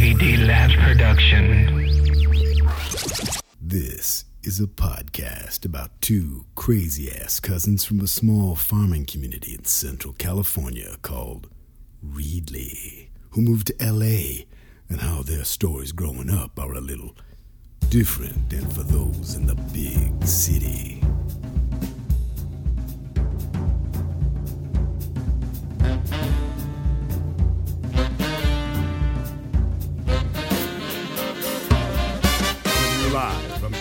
E D Labs production. This is a podcast about two crazy ass cousins from a small farming community in central California called Reedley, who moved to LA, and how their stories growing up are a little different than for those in the big city. Live from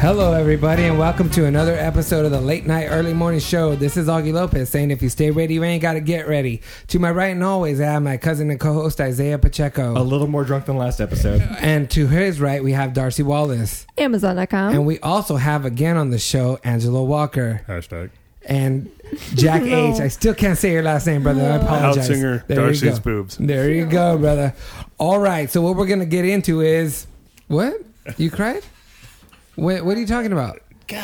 Hello, everybody, and welcome to another episode of the Late Night Early Morning Show. This is Augie Lopez saying, if you stay ready, you ain't got to get ready. To my right and always, I have my cousin and co host Isaiah A Pacheco. little more drunk than last episode. And to his right, we have Darcy Wallace. Amazon.com. And we also have again on the show Angela Walker Hashtag. and Jack No. H. I still can't say your last name, brother. I apologize. Outsinger There you Darcy's go. boobs. There you go, brother. All right, so what we're going to get into is what? You cried? What, what are you talking about? No,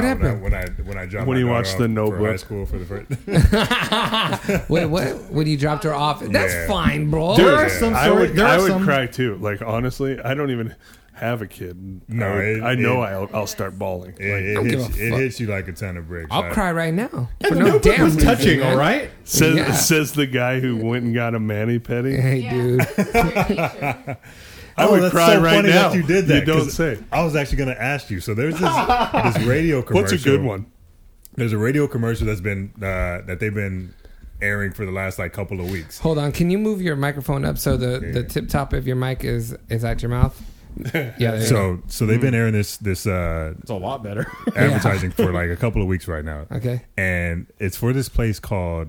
happened? When I when I, when I dropped When my you daughter watched off The for high Notebook. school for the first. Wait, what? When you dropped her off? That's Yeah. fine, bro. There are some I sort- would, there I are would some- cry too. Like honestly, I don't even have a kid. No, I, would- it- I know it- I'll, I'll start bawling. it, it, don't hits, give a it fuck. hits you like a ton of bricks. I'll I- cry right now. For no damn was reason, touching, man. all right? says yeah. says the guy who went and got a mani pedi. Hey, dude. I would that's cry so right funny now. That you did that. don't 'cause say. I was actually going to ask you. So there's this, this radio commercial. What's a good one? There's a radio commercial that's been uh, that they've been airing for the last like couple of weeks. Hold on. Can you move your microphone up so the, the tip top of your mic is is at your mouth? Yeah. There you So so Hmm. they've been airing this this uh, It's a lot better. advertising for like a couple of weeks right now. go. Okay. and it's for this place called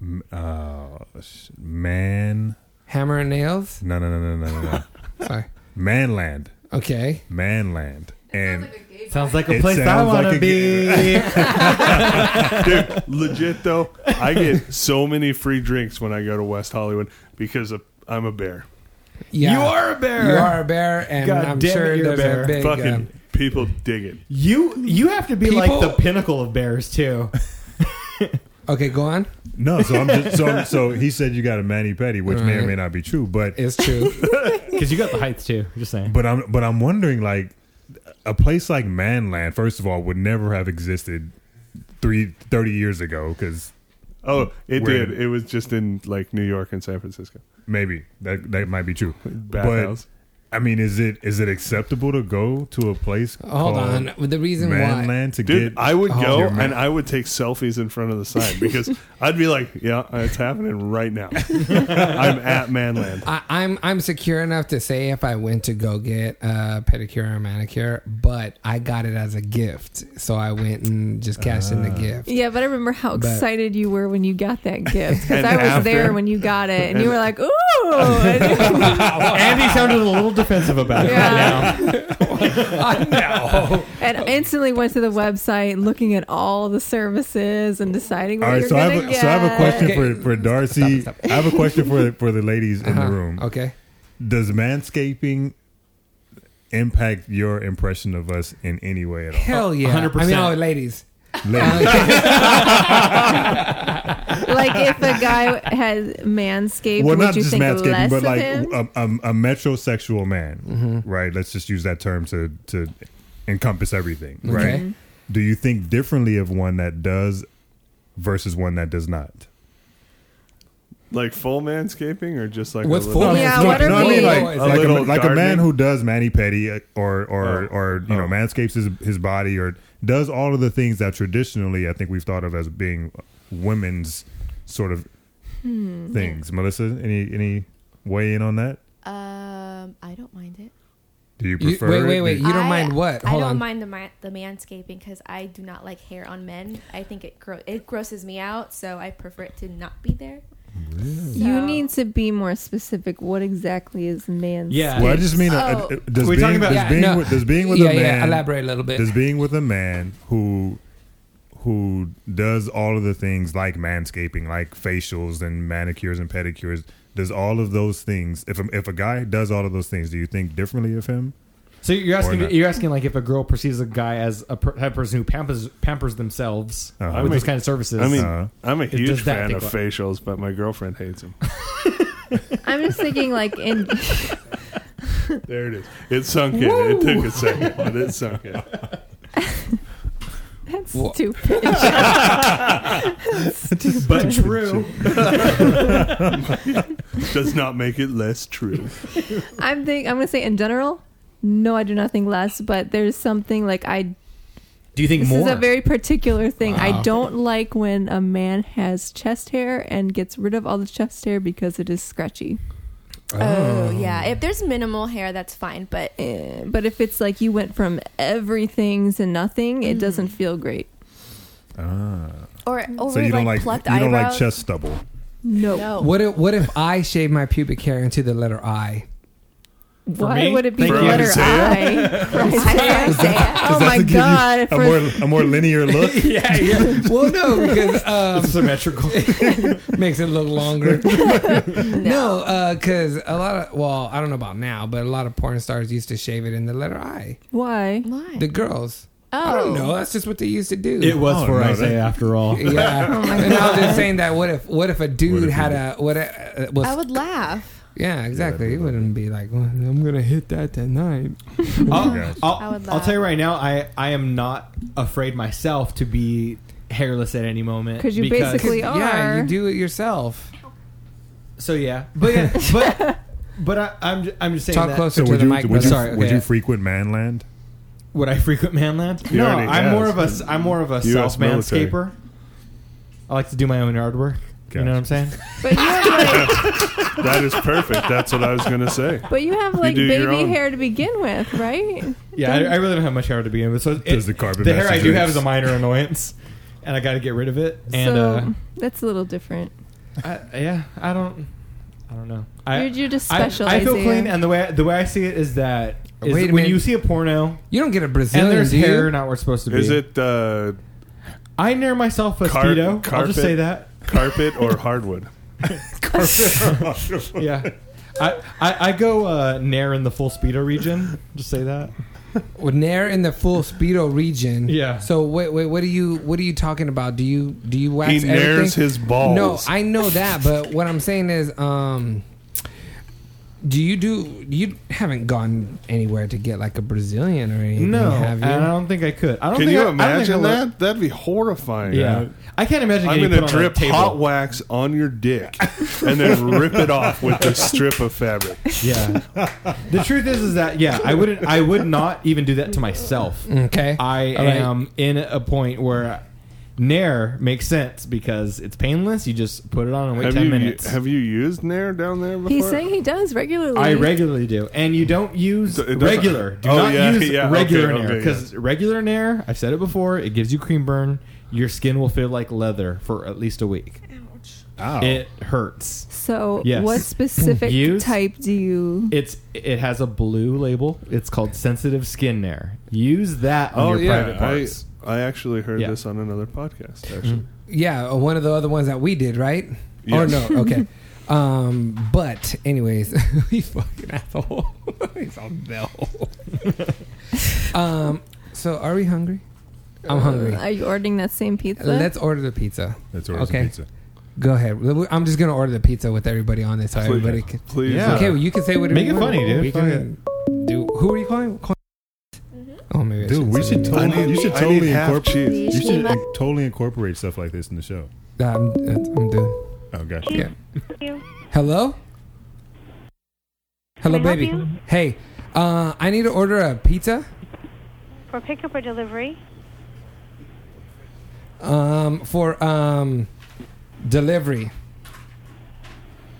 m- uh, sh- Man. Hammer and nails. No, no, no, no, no, no, no. Sorry. Manland, Okay. Manland, and sounds like a It place I sounds want like to a be. Dude, legit though, I get so many free drinks when I go to West Hollywood because of, I'm a bear. Yeah. You are a bear. You are a bear, and God I'm damn it, sure you're a there's a, bear. big. Fucking um, people dig it. You you have to be like People- the pinnacle of bears too. okay, go on. no. So I'm just so I'm- so he said you got a mani pedi, which may or may not be true, but It's true. Because you got the heights too. Just saying. but I'm but I'm wondering like a place like Manland, first of all, would never have existed three, 30 years ago because Oh, it Where- did. It was just in like New York and San Francisco. maybe that that might be true. Bad but house. I mean, is it is it acceptable to go to a place Hold called on. The reason why. Manland to Dude, get? I would Oh, go dear, man. and I would take selfies in front of the sign because I'd be like, "Yeah, it's happening right now. I'm at Manland." I, I'm I'm secure enough to say if I went to go get a pedicure or manicure, but I got it as a gift, so I went and just cashed in the gift. yeah, but I remember how But- excited you were when you got that gift because And I was after- there when you got it, and, you and- were like, "Ooh!" And- uh, Andy sounded a little defensive about it Yeah. right now. Oh, and I instantly went to the website looking at all the services and deciding what All right, you're so I, gonna have a, get. so I have a question Okay. for, for Darcy. Stop, I have a question for for the ladies in Uh-huh. the room. Okay. Does manscaping impact your impression of us in any way at all? Hell yeah. 100%. I mean, oh, ladies. Ladies, Okay. Like if a guy has manscaped, well, would not you just think manscaping, less but of like uh, him? a, a, a metrosexual man, Mm-hmm. right? Let's just use that term to to encompass everything, right? Okay. Do you think differently of one that does versus one that does not? Like full manscaping or just like What's a little, full man- yeah, No, what are no, I I we? mean, like, A like, little a, like a man gardening. who does mani pedi uh, or or Oh. or you know Oh. manscapes his his body or does all of the things that traditionally I think we've thought of as being women's sort of Hmm. things. Melissa, any any weigh in on that? Um, I don't mind it. Do you You- prefer? wait, it? wait, wait. Do- You don't I- mind what? Hold I don't on. mind the ma- the manscaping because I do not like hair on men. I think it gro- it grosses me out, so I prefer it to not be there. You So- need to be more specific. What exactly is man's? Yeah. Well, I just mean, uh, Oh. uh, does, We're being, talking about- does Yeah, being no. with, does being with yeah, a yeah. man Elaborate a little bit. does being with a man who who does all of the things like manscaping, like facials and manicures and pedicures, does all of those things. If a, if a guy does all of those things, do you think differently of him? So you're asking not. you're asking like if a girl perceives a guy as a per, type of person who pampers pampers themselves Uh-huh. with I those mean- kind of services. I mean, Uh, I'm a does huge that fan take of what- facials, but my girlfriend hates them. I'm just thinking like in. There it is. It sunk in. It took a second, but it sunk in. That's Wha- stupid. but true. Does not make it less true. I'm think I'm gonna say in general. No, I do not think less, but there's something like I. Do you think This more? is a very particular thing. Wow. I don't like when a man has chest hair and gets rid of all the chest hair because it is scratchy. Oh, yeah. If there's minimal hair, that's fine. But Eh, But if it's like you went from everything to nothing, it doesn't feel great. or over so you don't like, plucked you don't like eyebrows. chest stubble. No. No. What if, what if I shave my pubic hair into the letter I? Why me? would it be Thank you. letter I? I can't say it. Oh my Does that god! give you For, a more a more linear look. yeah, yeah. Well, no, because uh, um, Symmetrical. makes it look longer. no, because a lot of well, I don't know about now, but a lot of porn stars used to shave it in the letter I. why? Why? The girls. oh. I don't know. That's just what they used to do. It was Oh, for no, I say that- after all. yeah, and I was just saying that. What if? What if a dude What if had you- a what? A, uh, was, I would laugh. yeah, exactly. He wouldn't be like, well, I'm gonna hit that tonight. I'll, gosh. I'll, I would I'll laugh. tell you right now, I, I am not afraid myself to be hairless at any moment. 'Cause you basically- We yeah, are. you do it yourself. So yeah, but yeah, but but I, I'm ju- I'm just saying Talk that- closer So to would the you mic. would you, brother. Sorry, would okay. you frequent manland? Would I frequent manland? He no, already I'm has. more of a I'm more of a US self military. manscaper. I like to do my own yard work. You know what I'm saying? But you have like, That is perfect. That's what I was going to say. but you have like do your baby own. hair to begin with, right? Yeah, I, I really don't have much hair to begin with. So it, Does the carpet the hair I master do do have this? is a minor annoyance, and I got to get rid of it. And so uh, that's a little different. I, yeah, I don't, I don't know. I, you're, you're just I, special. I feel Isaiah. clean, and the way the way I see it is that is Wait a that when minute. you see a porno You don't get a Brazilian. and there's do you? hair not where it's supposed to be. Is it uh, I near myself a Car- speedo. I'll carpet? just say that. carpet or hardwood? Yeah. I, I, I go uh, nair in the full speedo region. Just say that. Well, Nair in the full speedo region. Yeah. So wait, wait, what are you what are you talking about? Do you do you wax He nairs everything? his balls. No, I know that, but what I'm saying is, um, do you do you haven't gone anywhere to get like a Brazilian or anything? No, have and you? I uh-huh. don't think I could. I don't Can think you I, I don't think I imagine would- that? That'd be horrifying. Yeah. I can't imagine. I'm getting gonna put on a drip table. hot wax on your dick and then rip it off with a strip of fabric. Yeah. the truth is, is that yeah, I wouldn't. I would not even do that to myself. Okay. I All right. am in a point where nair makes sense because it's painless. You just put it on and wait have ten you minutes. have you used Nair down there before? He's saying he does regularly. I regularly do, and you don't use It doesn't- regular. Do Oh, not yeah, use yeah, regular okay, nair okay, because regular nair. I've said it before. It gives you cream burn. Your skin will feel like leather for at least a week. Ow. It hurts. so Yes. what specific Use- type do you? It's it has a blue label. It's called sensitive skin nair. Use that on Oh your yeah, private I, parts. I actually heard Yeah. Mm-hmm. this on another podcast. Actually, Yeah, uh, one of the other ones that we did, right? Or Yes. no? Okay. Um, but anyways, he fucking asshole. He's on bell. um. So are we hungry? Uh, I'm hungry. uh, Are you ordering that same pizza? Let's order the pizza. That's where it's Okay. pizza. Go ahead. I'm just gonna order the pizza with everybody on this, so everybody can. please. uh, Yeah. Okay, well, you can say whatever. Make you it want. funny, dude. We can do. Who are you calling? Calling- Mm-hmm. Oh, maybe. I Dude, shouldn't we say should that. I totally need- you should I need totally half incorporate cheese. you should in- totally incorporate stuff like this in the show. Nah, I'm, that's- I'm doing. Oh gosh. Yeah. Hello. Hello, Can I help baby. you? Hey, uh, I need to order a pizza. For pickup or delivery? Um, for um, delivery.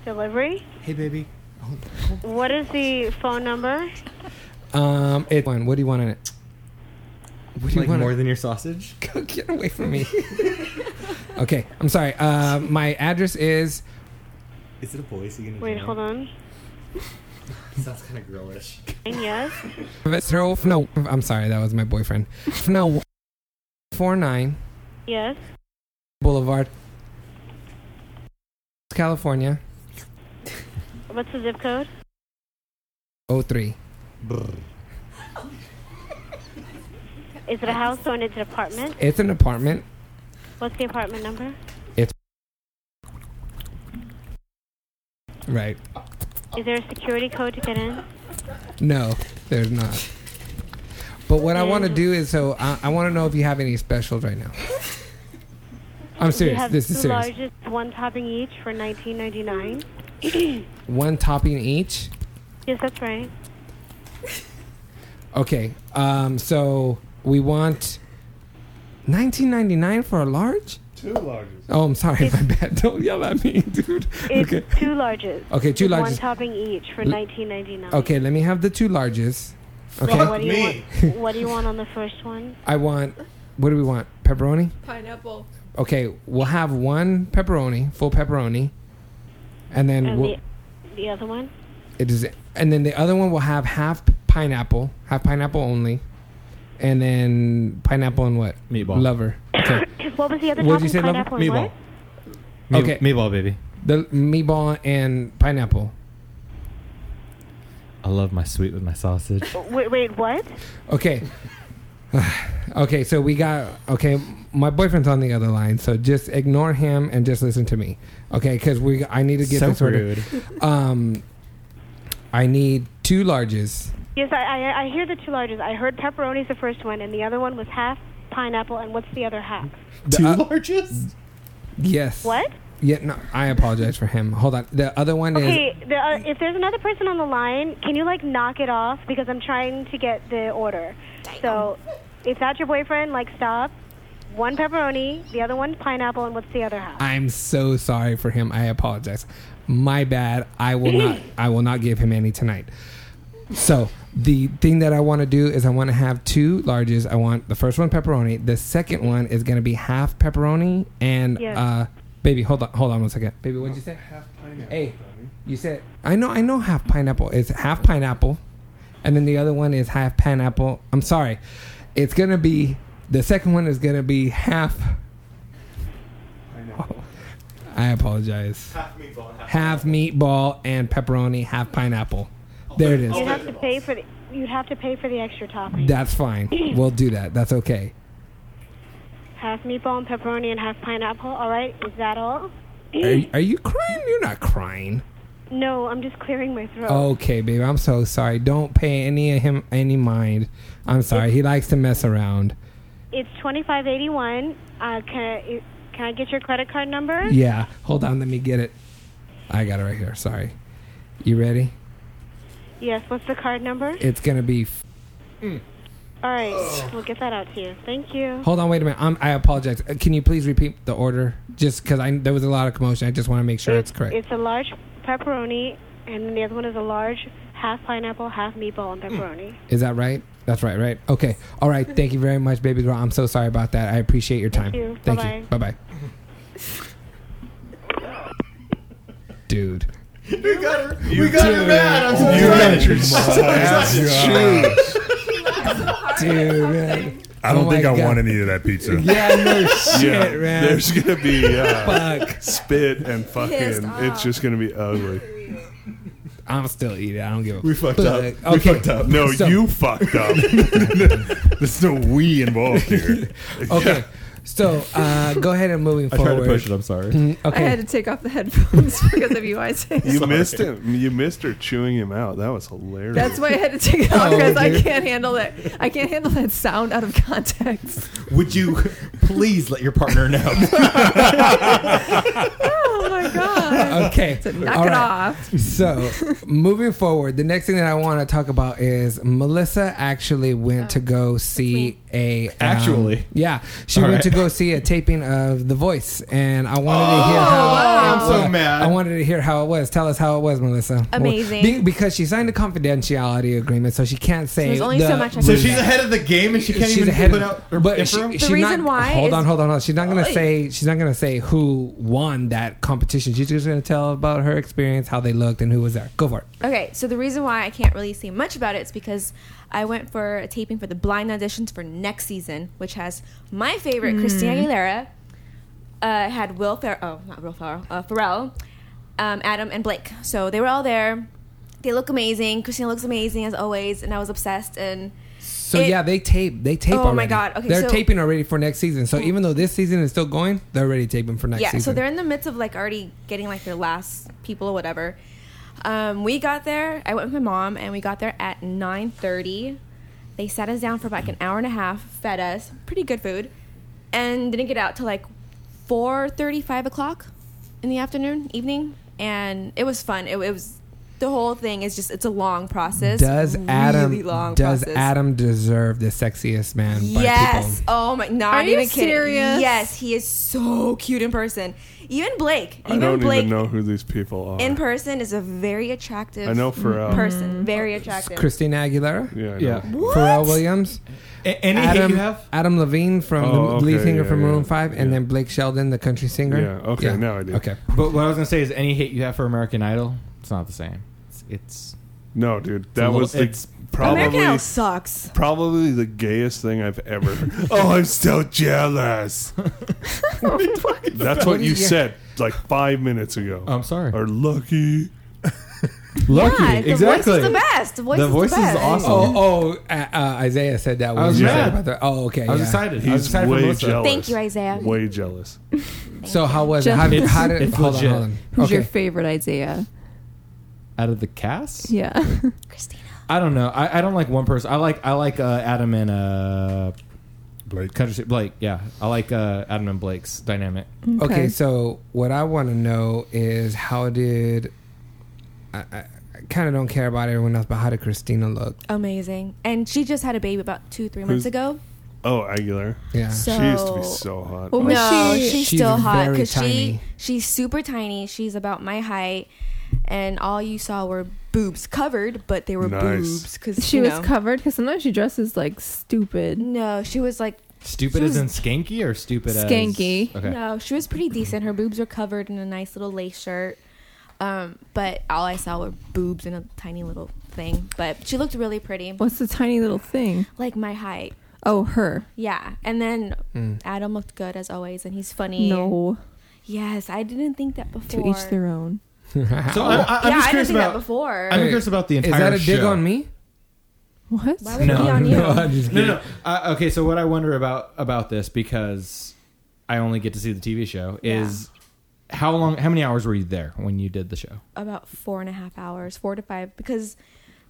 Delivery? Hey baby. What is the phone number? Um, it. One. What do you want in it? What do you Like want? more in- than your sausage? Go get away from me. okay, I'm sorry. Uh, my address is Is it a boy? Is he gonna? Wait, hold on. Sounds kind of girlish. And yes. Mr. Wolf, no, I'm sorry, that was my boyfriend. No, four nine Yes. Boulevard, California, What's the zip code? 03. Is it a house or an it's an apartment? It's an apartment. What's the apartment number? Right. Is there a security code to get in? No, there's not. But what I want to do is, so I, I want to know if you have any specials right now. I'm We serious. have This is two serious. largest, one topping each for 19.99. One topping each. yes, that's right. Okay. Um. So we want 19.99 for a large. Two largest. Oh, I'm sorry. My bad. Don't yell at me, dude. It's Okay. two largest. Okay, two with One largest. topping each for L- 19.99. Okay. Let me have the two larges. Okay. So what do you want? What do you want on the first one? I want. What do we want? Pepperoni. Pineapple. Okay. We'll have one pepperoni, full pepperoni, and then And we'll. the, the other one? It is, and then the other one will have half pineapple, half pineapple only, and then pineapple and what? Meatball. Lover. Okay. What was the other What'd topping? you say, lover? Pineapple and what? Me- Okay. Meatball, baby. The meatball and pineapple. I love my sweet with my sausage. Wait, wait, what? Okay. okay, so we got okay. My boyfriend's on the other line, so just ignore him and just listen to me. Okay, because we I need to get So this ordered. rude. Um, I need two larges. Yes, I, I, I hear the two largest. I heard pepperoni's the first one, and the other one was half pineapple, and what's the other half? Two uh, larges. Yes. What? Yeah. No. I apologize for him. Hold on. The other one is Okay, the, uh, if there's another person on the line, can you like knock it off because I'm trying to get the order. So, if that's your boyfriend, like stop. One pepperoni, the other one pineapple, and what's the other half? I'm so sorry for him. I apologize. My bad. I will not I will not give him any tonight. So the thing that I want to do is I want to have two larges. I want the first one pepperoni. The second one is going to be half pepperoni and Yes. uh baby, hold on hold on one second. Baby, what'd you say? Half pineapple. Hey, you said I know I know half pineapple. It's half pineapple. And then the other one is half pineapple. I'm sorry. It's going to be the second one is going to be half I apologize. Half meatball, half Half meatball and pepperoni, half pineapple. Oh, There it You'd have is. to pay for the, you'd have to pay for the extra topping. That's fine. We'll do that. That's okay. half meatball and pepperoni and half pineapple. All right, is that all? Are, are you crying? You're not crying. No, I'm just clearing my throat. Okay, baby. I'm so sorry. Don't pay any of him any mind. I'm sorry. He likes to mess around. It's twenty five eighty one. Uh, can I, can I get your credit card number? Yeah. Hold on. Let me get it. I got it right here. Sorry. You ready? Yes. What's the card number? Mm. It's gonna be. F- all right, we'll get that out to you. Thank you. Hold on. Wait a minute. I'm, I apologize. Uh, Can you please repeat the order? Just because I there was a lot of commotion. I just want to make sure it's correct. It's a large pepperoni, and the other one is a large half pineapple, half meatball, and pepperoni. Is that right? That's right, right? Okay. All right. Thank you very much, baby girl. I'm so sorry about that. I appreciate your time. Thank you. Bye bye. Dude. We got her. You- Dude. You got your ass Dude, man. I don't Oh think my I God. want any of that pizza. Yeah, no shit, Yeah, man. there's gonna be uh, Fuck. spit and Pissed fucking. off. It's just gonna be ugly. I'm still eating. I don't give a We fucked up. fuck. We fucked up. No, Oh, you fucked up. There's no we involved here. Okay. So uh, go ahead and moving I tried to forward. push it, I'm sorry. Mm, I had okay. to take off the headphones because of you, Isaac. You missed him. You missed her chewing him out. That was hilarious. That's why I had to take it off Oh, because I dude. can't handle that. I can't handle that sound out of context. Would you please let your partner know? Oh my god. okay. So knock All it right. off. So, moving forward, the next thing that I want to talk about is Melissa actually went to go see a um, Actually. yeah, she All right. went to go see a taping of The Voice, and I wanted to hear Oh, how. wow, it I'm so was. mad. I wanted to hear how it was. Tell us how it was, Melissa. Amazing. Be- because she signed a confidentiality agreement, so she can't say. there's only the so much I So she's ahead of the game and she can't She's even ahead put of- out her but info? she- The she's reason not- why Hold is- on, hold on, hold on. She's not gonna Oy. say. She's not gonna say who won that competition. She's just gonna tell about her experience, how they looked, and who was there. Go for it. Okay, so the reason why I can't really say much about it is because I went for a taping for the blind auditions for next season, which has my favorite Christina Mm. Aguilera, uh, had Will Fer oh not Will Ferrell, uh, Pharrell, um, Adam and Blake. So they were all there. They look amazing. Christina looks amazing as always, and I was obsessed. And So It- yeah, they tape. They tape. Oh my already. God, okay, they're so- taping already for next season. So even though this season is still going, they're already taping for next yeah, season. so they're in the midst of like already getting like their last people or whatever. Um, we got there. I went with my mom, and we got there at nine thirty. They sat us down for about like an hour and a half, fed us pretty good food, and didn't get out till like four thirty, five o'clock in the afternoon, evening, and it was fun. It, it was the whole thing is just it's a long process. does Adam really long does process. Adam deserve the sexiest man? By Yes. people? Oh my. Not Are you even kidding. serious? Yes, he is so cute in person. Even Blake. I don't Blake even know who these people are. in person is a very attractive. I know Pharrell. Person, very attractive. Christina Aguilera. Yeah, I Yeah. know. Pharrell Williams. A- any hit Adam, you have? Adam Levine from Oh, the lead okay, singer yeah, from yeah, Maroon Five, and then Blake Sheldon, the country singer. Yeah, okay, now I do. Okay, But what I was gonna say is, any hate you have for American Idol, it's not the same. It's, it's No, dude, a that little- was the it's- American probably Idol sucks. probably the gayest thing I've ever. oh, I'm so jealous. That's what you said like five minutes ago. oh, I'm sorry. Or Uh, lucky. lucky. Yeah, the exactly. voice is the best. The voice, The is, voice the is best. awesome. Oh, oh, uh, uh, Isaiah said that. I was you mad. said about that. Oh, okay. I was yeah. excited. I was He's excited for way Melissa. jealous. Thank you, Isaiah. Way jealous. So how was it? Just- How, It's- how did? it's hold legit. on, hold on. Who's okay. your favorite Isaiah? Out of the cast, Yeah. Christina. I don't know. I, I don't like one person. I like I like uh, Adam and uh, Blake. country Blake. Yeah, I like uh, Adam and Blake's dynamic. Okay. so what I want to know is how did I, I, I kind of don't care about everyone else, but how did Christina look? Amazing. And she just had a baby about two, three months Who's- ago. Oh, Aguilar. Yeah, So she used to be so hot. Well, Like, Oh, was no, she- she's She's still hot very because she tiny. she's super tiny. She's about my height, and all you saw were boobs covered, but they were Nice. boobs because She was covered because sometimes she dresses like stupid. No, she was like Stupid She as was- in skanky or stupid as Skanky. Okay. no, she was pretty decent. Her boobs were covered in a nice little lace shirt, um, but all I saw were boobs and a tiny little thing. But she looked really pretty, What's the tiny little thing? like my height. Oh, her. Yeah, and then Hmm. Adam looked good as always, and he's funny. No. Yes, I didn't think that before. To each their own. So I, I, I'm yeah, just I didn't curious think that about. before. I'm curious about the is entire. that a dig show. on me? What? Why would it be on you? no, I'm just No, kidding. no. Uh, okay, so what I wonder about about this because I only get to see the TV show is how long, how many hours were you there when you did the show? about four and a half hours, four to five, because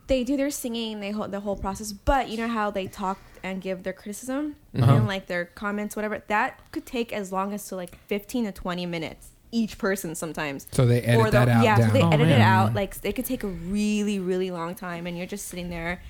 they do their singing, they hold the whole process. But you know how they talk and give their criticism Uh-huh. and like their comments, whatever. That could take as long as to like fifteen to twenty minutes each person sometimes. So they edit they'll- that out Yeah, down. so they Oh, edit it man. out. Like it could take a really, really long time, and you're just sitting there.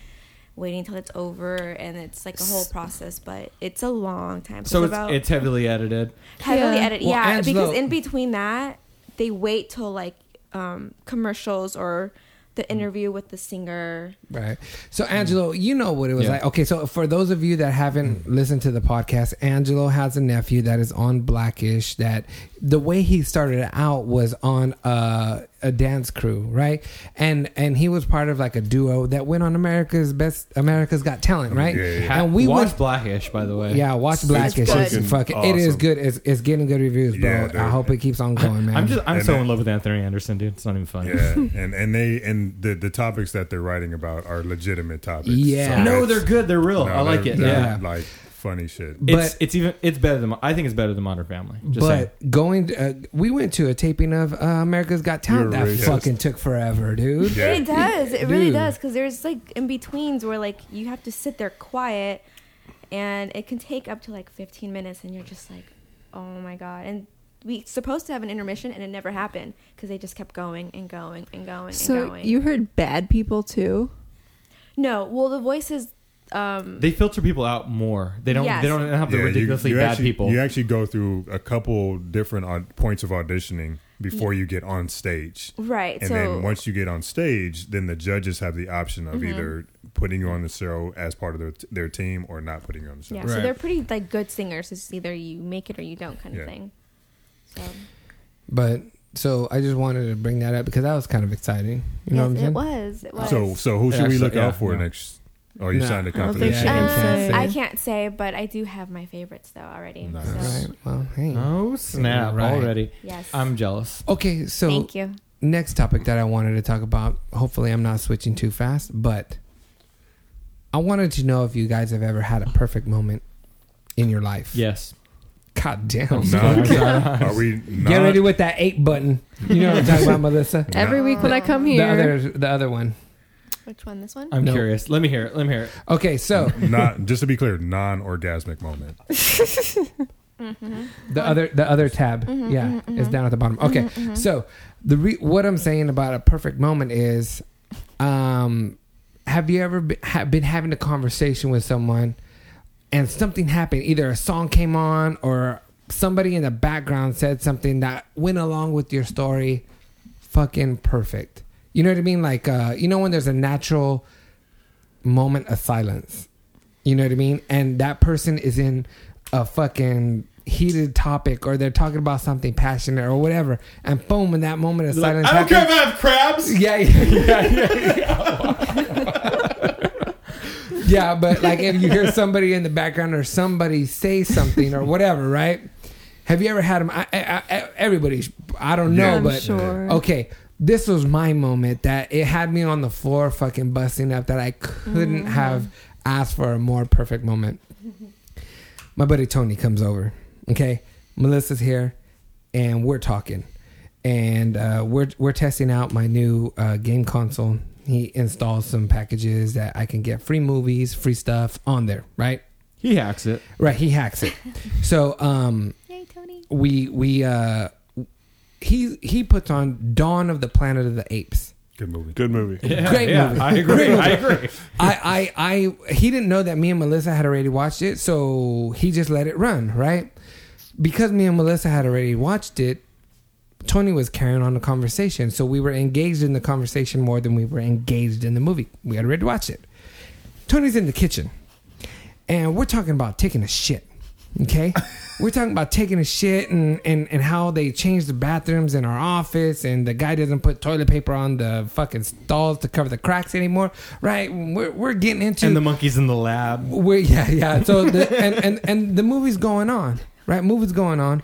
Waiting until it's over, and it's like a whole process, but it's a long time. So it's it's, about- it's heavily edited. heavily Yeah. edited. Well, yeah, Angelo- because in between that, they wait till like um, commercials or the interview with the singer. Right. So, Angelo, you know what it was Yeah. like. Okay, so for those of you that haven't listened to the podcast, Angelo has a nephew that is on Blackish. That the way he started out was on a, a dance crew, right? And and he was part of like a duo that went on America's Best, America's Got Talent, right? Yeah, yeah, Ha- And we watch went. Blackish, by the way. Yeah, watch Blackish. It's good. fucking. It is Awesome. good. It's, it's getting good reviews, bro. Yeah, dude. I hope it keeps on going, man. I'm just I'm And so then- in love with Anthony Anderson, dude. It's not even funny. Yeah, and and they and the the topics that they're writing about are legitimate topics. Yeah. No, it's- they're good. They're real. no, I like they're- it. they're, Yeah. like funny shit. It's, But- it's even it's better than I think it's better than Modern Family. Just saying. but going, uh, we went to a taping of uh, America's Got Talent You're that racist. fucking took forever, dude. Yeah. It does. It really Dude. does because there's like in betweens where like you have to sit there quiet, and it can take up to like 15 minutes, and you're just like, oh my god. And we supposed to have an intermission, and it never happened because they just kept going and going and going So and going. you heard bad people too? no, well the voices um, They filter people out more. They don't. Yes. They don't have the Yeah, you- ridiculously you bad actually- people. You actually go through a couple different aud- points of auditioning before you get on stage. Right, And so- then once you get on stage, then the judges have the option of Mhm. either putting you on the show as part of their their team or not putting you on the show. yeah. So they're pretty like good singers. It's either you make it or you don't kind of Yeah. thing. So But so I just wanted to bring that up because that was kind of exciting. You know Yes, it what I'm was. It was. So so who should we Actually, look yeah, out for no. next? Oh, you No. signed a I don't think confidential. she- Yeah, you Um, can't say. I can't say, but I do have my favorites though already. Nice. So, saying? Well, hey. Oh snap! Right. Already, Yes. I'm jealous. Okay, so Thank you. Next topic that I wanted to talk about. Hopefully, I'm not switching too fast, but I wanted to know if you guys have ever had a perfect moment in your life. Yes. God damn. No. Are we not? Get ready with that eight button. You know what I'm talking about, Melissa. Every week when I come The other, here, the other one. which one? This one? I'm No. curious. Let me hear it. Let me hear it. Okay, so not just to be clear, non-orgasmic moment. the other the other tab Mhm, yeah mhm, is mhm. down at the bottom okay Mhm, mhm. so the re- what i'm saying about a perfect moment is um have you ever be- ha- been having a conversation with someone and something happened either a song came on or somebody in the background said something that went along with your story fucking perfect you know what i mean like uh you know when there's a natural moment of silence. You know what I mean? And that person is in a fucking heated topic or they're talking about something passionate or whatever. And boom, in that moment of silence. I don't care if happens- I have crabs. Yeah, yeah, yeah, yeah. yeah, but like if you hear somebody in the background or somebody say something or whatever, right? Have you ever had them? I, I, I, everybody, I don't know, Yeah. I'm but Mm. sure. okay, this was my moment that it had me on the floor fucking busting up that I couldn't have asked for a more perfect moment. My buddy Tony comes over, okay? Melissa's here and we're talking. And uh, we're we're testing out my new uh, game console. He installs some packages that I can get free movies, free stuff on there, right? He hacks it. Right, he hacks it. so, um, Yay, Tony. we we uh he he puts on Dawn of the Planet of the Apes. Good movie. Good movie. Yeah, Great yeah, movie. I agree. Great movie. I agree. I, I I he didn't know that me and Melissa had already watched it, so he just let it run, right? Because me and Melissa had already watched it, Tony was carrying on the conversation, so we were engaged in the conversation more than we were engaged in the movie. We had already watched it. Tony's in the kitchen, and we're talking about taking a shit. Okay, we're talking about taking a shit and, and and how they changed the bathrooms in our office, and the guy doesn't put toilet paper on the fucking stalls to cover the cracks anymore. Right? We're we're getting into And the monkeys in the lab. we're, yeah, yeah. So the, and, and and the movie's going on, right? Movie's going on,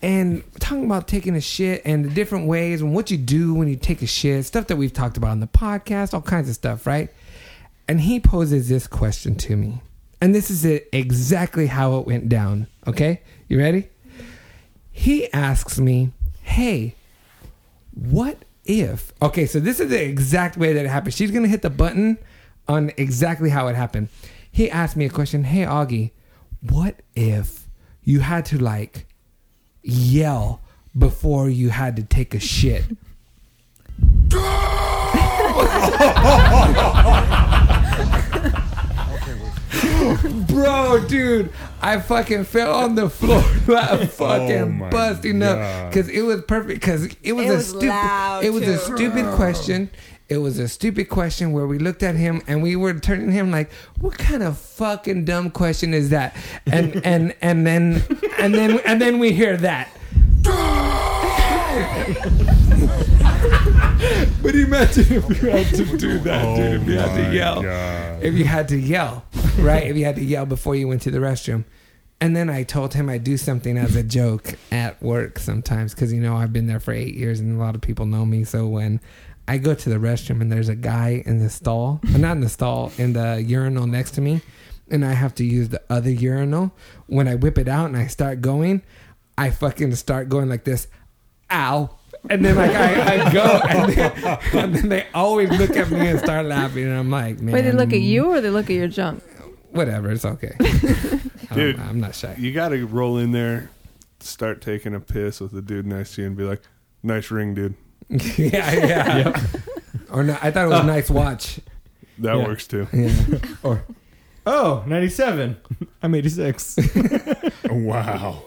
and talking about taking a shit and the different ways and what you do when you take a shit, stuff that we've talked about on the podcast, all kinds of stuff, right? And he poses this question to me, and this is it exactly how it went down. Okay, you ready? He asks me, "Hey, what if okay so this is the exact way that it happened she's gonna hit the button on exactly how it happened he asked me a question hey augie what if you had to like yell before you had to take a shit Bro, dude, I fucking fell on the floor, like fucking Oh my busting up God. because it was perfect. Because it was It a was stupid, loud, it was a too. stupid question. It was a stupid question where we looked at him and we were turning him like, "What kind of fucking dumb question is that?" And and and then and then and then we hear that. but imagine if you had to do that, dude. If you had to Oh my yell God. if you had to yell, right? if you had to yell before you went to the restroom. And then I told him I do something as a joke at work sometimes because, you know, I've been there for eight years and a lot of people know me. So when I go to the restroom and there's a guy in the stall, uh, not in the stall, in the urinal next to me, and I have to use the other urinal, when I whip it out and I start going, I fucking start going like this, ow. And then like I, I go and then, and then they always look at me and start laughing and I'm like, man. wait, they look at you or they look at your junk? Whatever, it's okay. I Dude. don't- I'm not shy. You got to roll in there, start taking a piss with the dude next to you, and be like, "Nice ring, dude." yeah, Uh. yeah. Or no, I thought it was nice watch. That Yeah. works too. Yeah. Or Oh, 97. I'm 86. wow.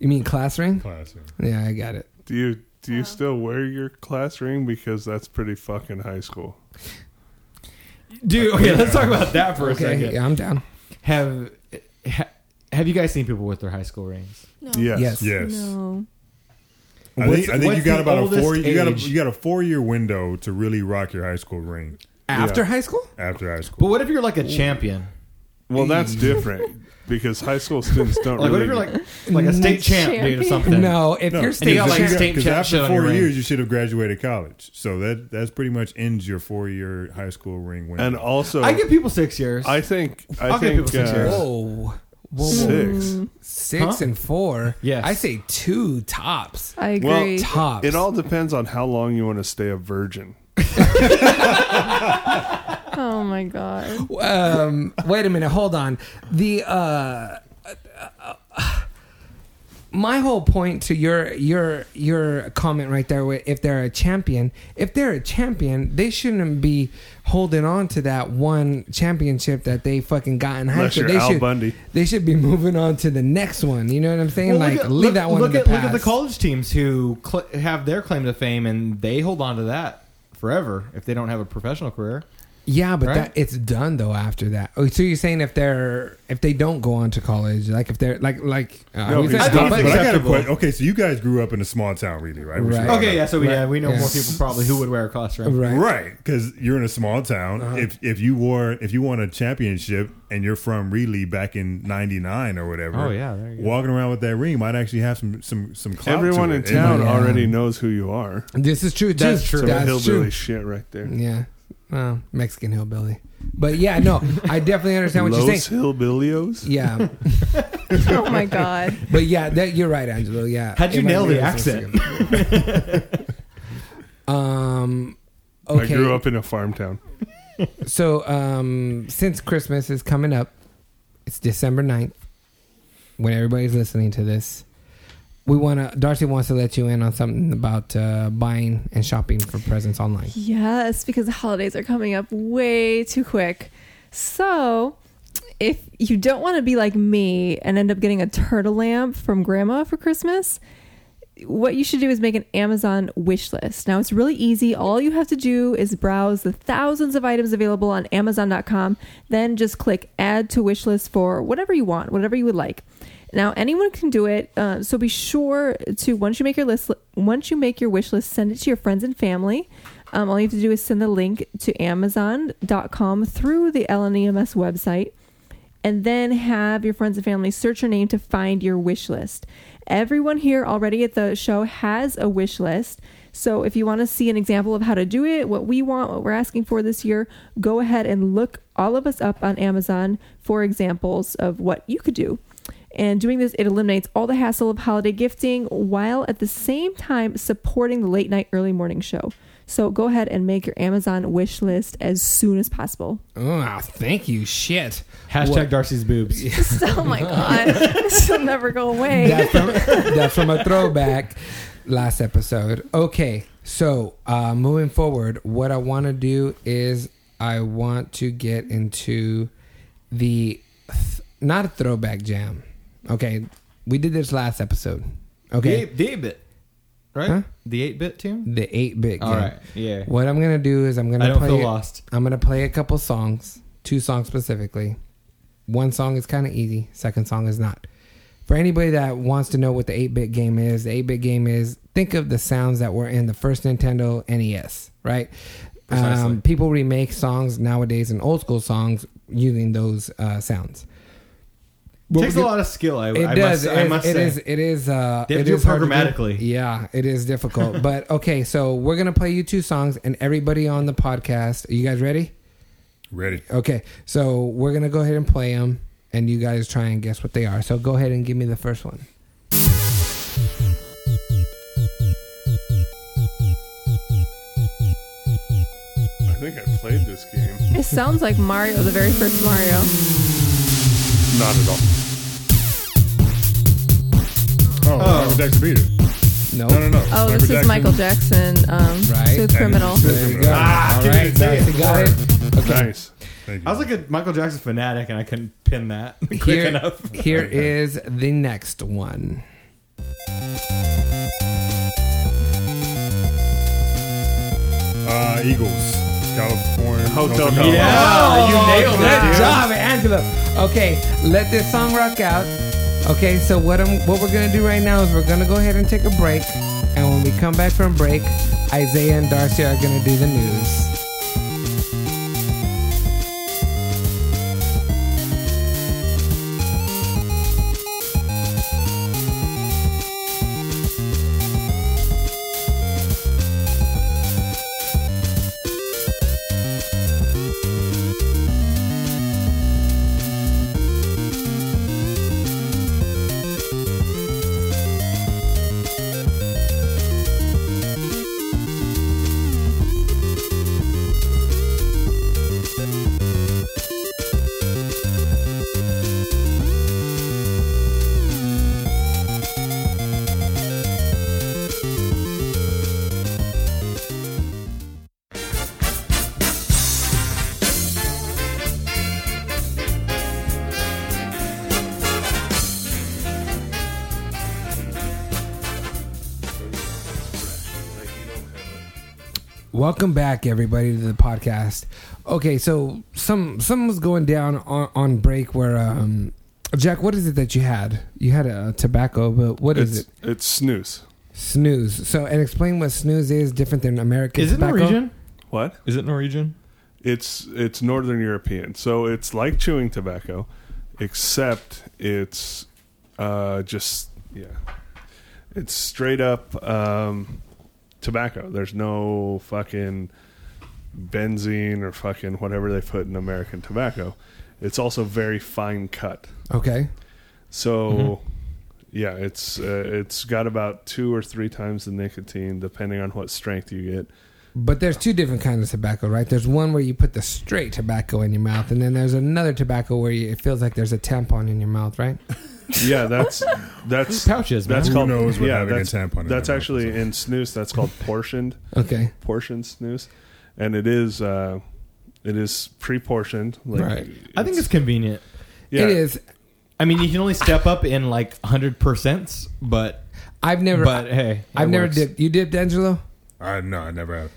You mean class ring? Class ring. Yeah, I got it. Do you do you still wear your class ring because that's pretty fucking high school? Dude, okay, let's talk about that for a Okay, second. yeah, I'm down. Have ha, have you guys seen people with their high school rings? No. Yes. Yes. Yes. No. I What's- think, I think what's you got the about a oldest four. You got a age? you got a four year window to really rock your high school ring. After Yeah. high school? After high school. But what if you're like a champion? Well, that's different because high school students don't Like, what really. if you're like like a state champ, dude, or something? No, if No. you're And state you got, like, champ- state Because champ shit after on your four ring. years, you should have graduated college. So that that's pretty much ends your four year high school ring window. and also, I give people six years. I think I I'll give think people six uh, years. Whoa. Whoa. Six. Six Huh? and four. Yes. I say two tops. I agree. Well, Tops. it all depends on how long you want to stay a virgin. oh my god. um, wait a minute, hold on. The uh, uh, uh, my whole point to your your your comment right there, wa- if they're a champion, if they're a champion, they shouldn't be holding on to that one championship that they fucking got in high Unless school. you're They Al should, Bundy. they should be moving on to the next one. You know what I'm saying? Well, like look at- leave look- that one Look in at the look past. at the college teams who cl- have their claim to fame, and they hold on to that forever if they don't have a professional career. Yeah, but Right? that it's done though after that. Oh, so you're saying if they're if they don't go on to college, like if they're like like uh, No, we it's said- not, but I got a acceptable. question. Okay, so you guys grew up in a small town, really, right? Which is Right. all Okay, yeah. So we, Right. yeah, we know Yeah. more people probably who would wear a class ring. right. Right, because you're in a small town. Uh-huh. If if you wore if you won a championship and you're from Reilly back in '99 or whatever, Oh, yeah, there you go. walking around with that ring might actually have some some some. Clout to Everyone it. in It town might- Yeah. already knows who you are. This is true. Too. That's true. Some That's hillbilly true. shit right there. Yeah. Well, Mexican hillbilly. But yeah, no, I definitely understand what Los you're saying. hillbillios. Yeah, Oh my god. but yeah, that you're right, Angelo. Yeah. How'd you If I nail knew the it was accent? Mexican. um. Okay. I grew up in a farm town. So, um, since Christmas is coming up, it's December 9th, when everybody's listening to this, we want to, Darcy wants to let you in on something about uh, buying and shopping for presents online. Yes, because the holidays are coming up way too quick. So, if you don't want to be like me and end up getting a turtle lamp from grandma for Christmas, what you should do is make an Amazon wish list. Now, it's really easy. All you have to do is browse the thousands of items available on Amazon.com, then just click add to wish list for whatever you want, whatever you would like. Now, anyone can do it. Uh, so be sure to, once you make your list, once you make your wish list, send it to your friends and family. Um, all you have to do is send the link to Amazon.com through the LNEMS website and then have your friends and family search your name to find your wish list. Everyone here already at the show has a wish list. So if you want to see an example of how to do it, what we want, what we're asking for this year, go ahead and look all of us up on Amazon for examples of what you could do. And doing this, it eliminates all the hassle of holiday gifting while at the same time supporting the late night, early morning show. So go ahead and make your Amazon wish list as soon as possible. Oh, thank you. Shit. Hashtag What- Darcy's boobs. oh my god, this will never go away. That's from, that's from a throwback last episode. Okay. So, uh, moving forward, what I want to do is I want to get into the th- not a throwback jam. Okay. We did this last episode. The Okay. eight- The eight bit, right? Huh? The eight bit tune. The 8 bit jam. All right. Yeah. What I'm going to do is I'm going I to don't play feel lost. I'm going to play a couple songs, two songs specifically. One song is kind of easy, second song is not. For anybody that wants to know what the 8-bit game is, the 8-bit game is think of the sounds that were in the first Nintendo NES, right? Precisely. Um, people remake songs nowadays and old school songs using those uh, sounds. What Takes we a do- lot of skill. I, it I does. Must, it I is- must it say. is. It is. Uh, They have it to do is hard do. programmatically. Yeah, it is difficult. but okay, so we're gonna play you two songs, and everybody on the podcast. Are you guys ready? Ready? Okay, so we're gonna go ahead and play them, and you guys try and guess what they are. So go ahead and give me the first one. I think I played this game. It sounds like Mario, the very first Mario. Not at all. Oh, Michael Jackson beat it. No. No, no, no. Oh, this is Michael Jackson. Um, Right. To a criminal. There you go. Ah, All give me right, the Darcy got it. Okay. Nice. I was like a Michael Jackson fanatic, and I couldn't pin that quick Here- enough. here is the next one. Uh, Eagles. California. Hotel California. Oh, Good job, Angela. Okay, let this song rock out. Okay, so what I'm what we're gonna do right now is we're gonna go ahead and take a break, and when we come back from break, Isaiah and Darcy are gonna do the news. Welcome back, everybody, to the podcast. Okay, so some some was going down on, on break where um, Jack, what is it that you had? You had a tobacco, but what is it's, it? It's snooze. Snooze. So, and explain what snooze is different than American. Is it tobacco. Norwegian? What? Is it Norwegian? It's it's Northern European, so it's like chewing tobacco, except it's uh, just yeah, it's straight up um, tobacco. There's no fucking benzene or fucking whatever they put in American tobacco. It's also very fine cut. Okay. So, yeah, it's uh, it's got about two or three times the nicotine, depending on what strength you get. But there's two different kinds of tobacco, right? There's one where you put the straight tobacco in your mouth, and then there's another tobacco where you, it feels like there's a tampon in your mouth, right? Yeah, that's that's Pouches, man. That's Who called knows what yeah, having a that's, tampon in That's their mouth actually in snus. That's called portioned. Okay. portioned snus, and it is uh, it is pre-portioned. Like, Right. I think it's convenient. yeah, It is. I mean, you can only step up in like hundred percent, but I've never. but hey, it I've never works. dipped. You dipped, Angelo, I no, I never have.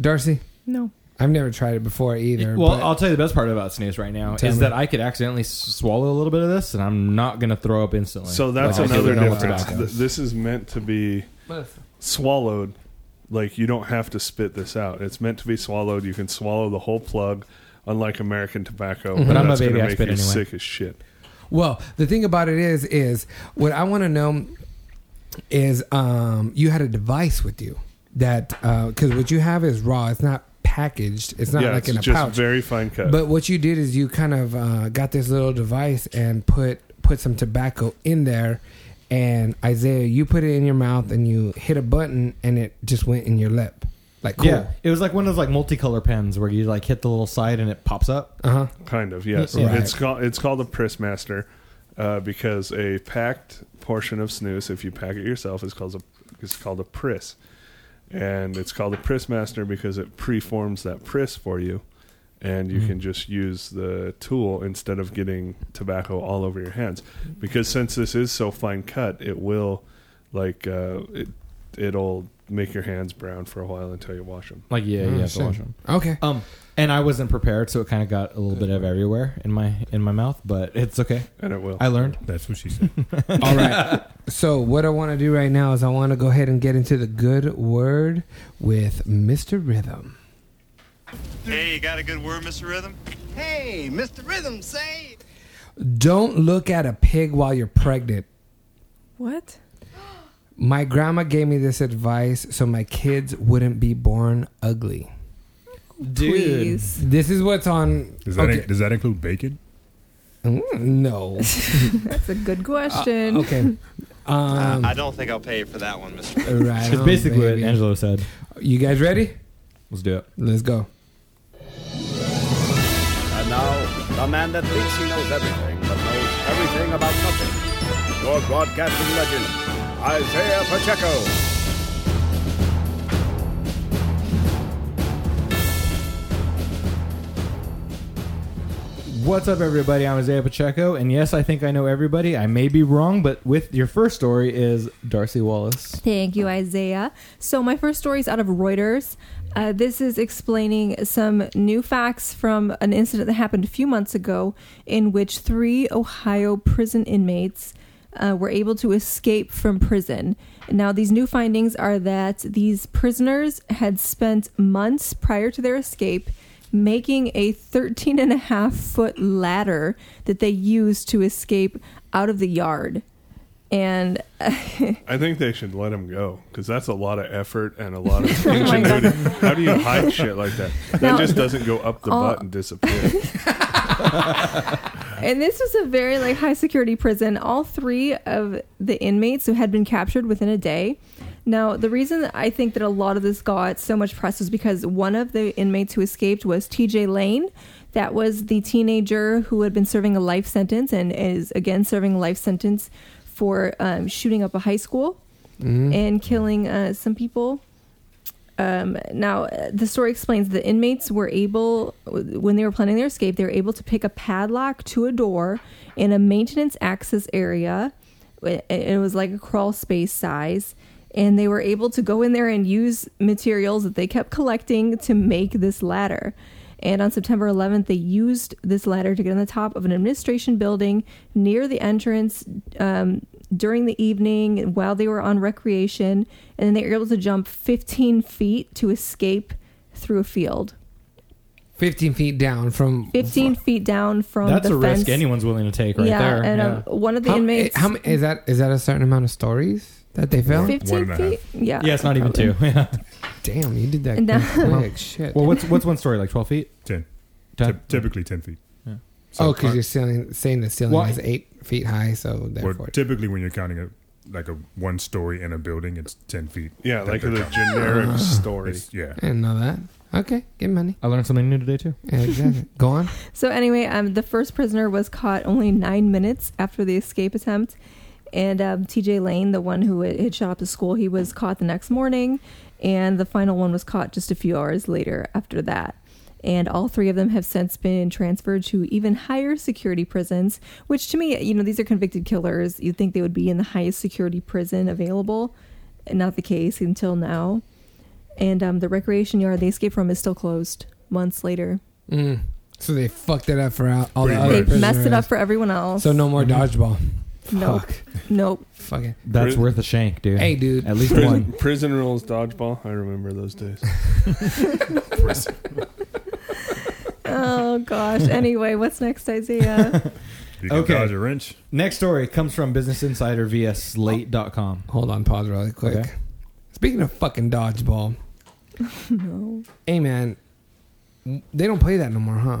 Darcy. No. I've never tried it before either. Well, but- I'll tell you the best part about snooze right now Tell is me. that I could accidentally s- swallow a little bit of this, and I'm not gonna throw up instantly. So that's Like, I another do with difference. tobacco. Th- this is meant to be swallowed. Like you don't have to spit this out. It's meant to be swallowed. You can swallow the whole plug, unlike American tobacco. Mm-hmm. But I'm a that's baby, gonna I make spit you anyway. Sick as shit. Well, the thing about it is, is what I want to know is um, you had a device with you that because what you have is raw. It's not packaged. It's not yeah, like it's in a just pouch. very fine cut. But what you did is you kind of uh, got this little device and put put some tobacco in there. And Isaiah, you put it in your mouth and you hit a button and it just went in your lip, like cool. Yeah, it was like one of those like multicolor pens where you like hit the little side and it pops up. Uh huh. Kind of, yes. Yeah. It's called it's called a Prismaster uh, because a packed portion of snus, if you pack it yourself, is called a is called a Pris, and it's called a Prismaster because it preforms that Pris for you, and you can just use the tool instead of getting tobacco all over your hands. Because since this is so fine cut, it will like uh, it it'll make your hands brown for a while until you wash them. Like yeah, Mm, you have to wash them. Okay. Um, and I wasn't prepared, so it kind of got a little bit of everywhere in my in my mouth, but it's okay. And it will. I learned. That's what she said. All right. So what I want to do right now is I want to go ahead and get into the good word with Mr. Rhythm. Hey, you got a good word, Mr. Rhythm? Hey, Mr. Rhythm, say. Don't look at a pig while you're pregnant. What? My grandma gave me this advice so my kids wouldn't be born ugly. Dude. Please. This is what's on. Does that okay. does that include bacon? Mm, no. That's a good question. Okay. Um, I don't think I'll pay you for that one, Mr. Rhythm. right. It's on, basically Oh, baby. what Angelo said. You guys ready? Let's do it. Let's go. And now, the man that thinks he knows everything, but knows everything about nothing. Your broadcasting legend, Isaiah Pacheco. What's up, everybody? I'm Isaiah Pacheco, and yes, I think I know everybody. I may be wrong, but with your first story is Darcy Wallace. Thank you, Isaiah. So, my first story is out of Reuters. Uh, this is explaining some new facts from an incident that happened a few months ago in which three Ohio prison inmates uh, were able to escape from prison. Now, these new findings are that these prisoners had spent months prior to their escape making a 13 and a half foot ladder that they used to escape out of the yard. And I think they should let him go because that's a lot of effort and a lot of ingenuity. How do you hide shit like that? That Now- just doesn't go up the All- butt and disappear. and this was a very like high security prison all three of the inmates who had been captured within a day now the reason that i think that a lot of this got so much press was because one of the inmates who escaped was tj lane that was the teenager who had been serving a life sentence and is again serving a life sentence for um, shooting up a high school Mhm. and killing uh, some people um, now, uh, the story explains the inmates were able, when they were planning their escape, they were able to pick a padlock to a door in a maintenance access area. It it was like a crawl space size. And they were able to go in there and use materials that they kept collecting to make this ladder. And on September 11th, they used this ladder to get on the top of an administration building near the entrance um, during the evening while they were on recreation. And then they were able to jump 15 feet to escape through a field. 15 feet down from 15 feet down from That's the a risk fence. anyone's willing to take right yeah, there, And um, yeah. one of the How- inmates. eh, how ma- is that is that a certain amount of stories that they found? 15 feet? Yeah. Yeah. Damn, you did that And quick, now- quick. Shit. Well, what's what's one story like? Twelve feet? Ten. Ten. Typically ten feet. Yeah. oh, because uh, you're ceiling, saying the ceiling Why? is eight feet high, so Well, therefore. typically when you're counting a like a one story in a building, it's ten feet. Yeah, that like they're the counting. generic It's- story. Yeah. I didn't know that. Okay, get money. I learned something new today too. Yeah, exactly. Go on. So anyway, um, the first prisoner was caught only nine minutes after the escape attempt, and um, T.J. Lane, the one who had shot up the school, he was caught the next morning, and the final one was caught just a few hours later after that. And all three of them have since been transferred to even higher security prisons, which to me, you know, these are convicted killers. You'd think they would be in the highest security prison available. Not the case until now. And um, the recreation yard they escaped from is still closed months later. Mm. So they fucked it up for all, all the Pretty other much. They messed it prisoners. up for everyone else. So no more dodgeball. Nope. Fuck. Nope. Fuck it. That's Prison- worth a shank, dude. Hey, dude. At least prison, one. Prison rules dodgeball. I remember those days. Oh gosh. Anyway, what's next, Isaiah? You can dodge a wrench. Next story comes from Business Insider via Slate.com. Hold on, pause really quick. Speaking of fucking dodgeball, no. hey man, they don't play that no more, huh?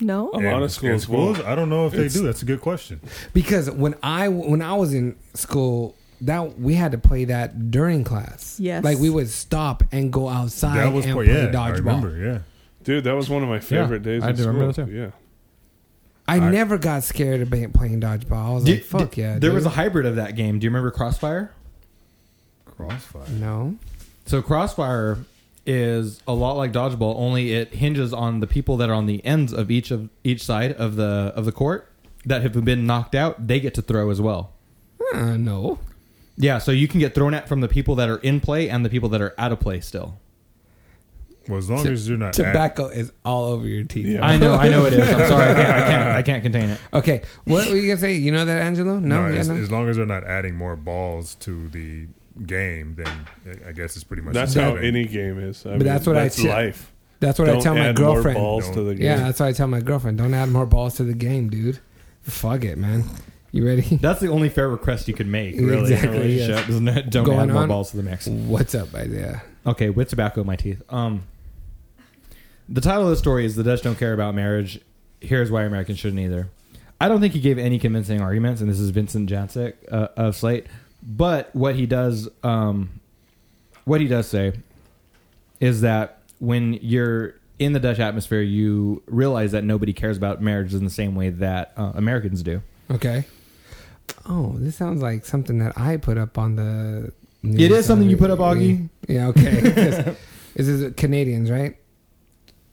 No. A lot of In- schools in schools. won't. I don't know if they It's- do. That's a good question. Because when I when I was in school, that we had to play that during class. Yes. like we would stop and go outside That was and play- play yeah, I dodgeball. remember, yeah. Dude, that was one of my favorite days. I in do remember school. that too. Yeah. I, never got scared of being- playing dodgeball. I was like, Did- fuck did- yeah. There was a dude. hybrid of that game. Do you remember Crossfire? Crossfire. No. So Crossfire is a lot like dodgeball, only it hinges on the people that are on the ends of each of each side of the of the court that have been knocked out. They get to throw as well. Uh, no. Yeah, so you can get thrown at from the people that are in play and the people that are out of play still. Well, as long T- as you're not Tobacco is all over your teeth. Yeah. I know, I know it is. I'm sorry, I can't- I can't- I can't contain it. Okay, what were you gonna say? You know that, Angelo? No, yeah, as, no? as long as they're not adding more balls to the game, then I- I guess it's pretty much. That's the how same. any game is. I but that's what that's I te- life. That's what I Don't tell my add more girlfriend. balls to the game. Yeah, that's what I tell my girlfriend. Don't add more balls to the game, dude. Fuck it, man. You ready? That's the only fair request you could make, really. in a Exactly, yes. relationship, isn't it? Don't Going add more on? balls to the mix. What's up, Isaiah? Okay, with tobacco in my teeth. Um, the title of the story is "The Dutch Don't Care About Marriage." Here's why Americans shouldn't either. I don't think he gave any convincing arguments, and this is Vincent Jancic uh, of Slate. But what he does, um, what he does say, is that when you're in the Dutch atmosphere, you realize that nobody cares about marriage in the same way that uh, Americans do. Okay. Oh, this sounds like something that I put up on the. It is something you put up, Augie. Yeah. Okay. 'Cause this is Canadians, right?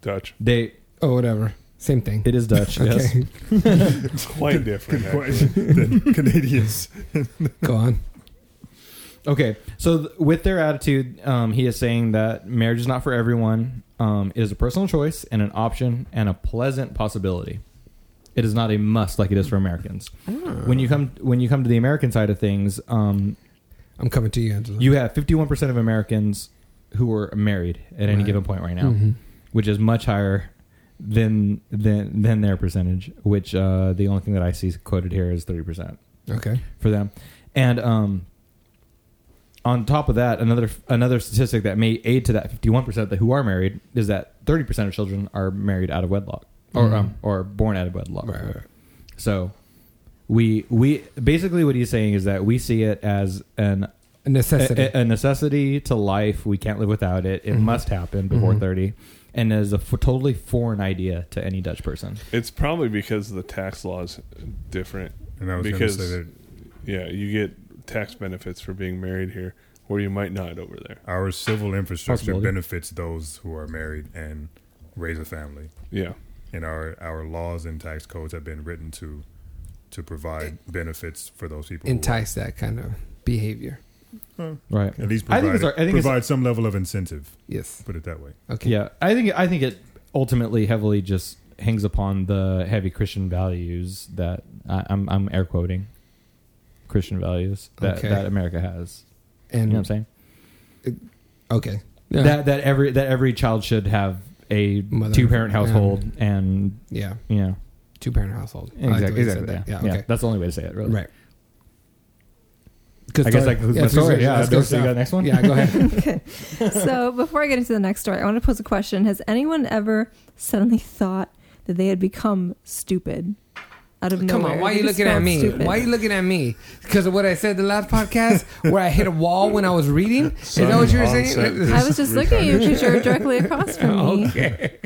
Dutch. They Oh, whatever. Same thing. It is Dutch. Yes. It's quite different. actually. Canadians. Go on. Okay, so th- with their attitude, um, he is saying that marriage is not for everyone. Um, it is a personal choice and an option and a pleasant possibility. It is not a must like it is for Americans. When you come when you come to the American side of things, um, I'm coming to you, Angela. You have 51 percent of Americans who are married at any Right. given point right now, Mhm. which is much higher than than than their percentage. Which uh, the only thing that I see quoted here is 30 percent Okay. for them. And um, on top of that, another another statistic that may aid to that fifty one percent that who are married is that thirty percent of children are married out of wedlock or Mhm. um, or born out of wedlock. Right, right, right. So we we basically what he's saying is that we see it as an A necessity. a, a necessity to life. We can't live without it. It Mhm. must happen before Mhm. thirty. And is a f- totally foreign idea to any Dutch person. It's probably because the tax law is different. And I was gonna because, say that- yeah, you get tax benefits for being married here, where you might not over there. Our civil infrastructure Possibility. benefits those who are married and raise a family. Yeah. And our, our laws and tax codes have been written to to provide benefits for those people. who are- Entice that kind of behavior. Right. At least I provide, think it's our- I think it's- provide some level of incentive. Yes. Put it that way. Yeah, I think I think it ultimately heavily just hangs upon the heavy Christian values that I, I'm I'm air quoting Christian values that, Okay. that America has. And you know what I'm saying? Okay. Yeah. That that every that every child should have a Mother- two parent household and Yeah. you know Two parent household. I like the way exactly you said exactly yeah. that. Yeah, Yeah, okay. that's the only way to say it really Right. I guess that concludes my story. Yeah, let's Bill, go so you got south. the next one? Yeah, go ahead. so before I get into the next story, I want to pose a question. Has anyone ever suddenly thought that they had become stupid out of Come nowhere? on, why are They you just looking at felt me? stupid. Why are you looking at me? Because of what I said the last podcast, where I hit a wall when I was reading. Is that what you were Son, saying? onset I was just looking at you because you were retardation. directly across from Oh, me. Okay.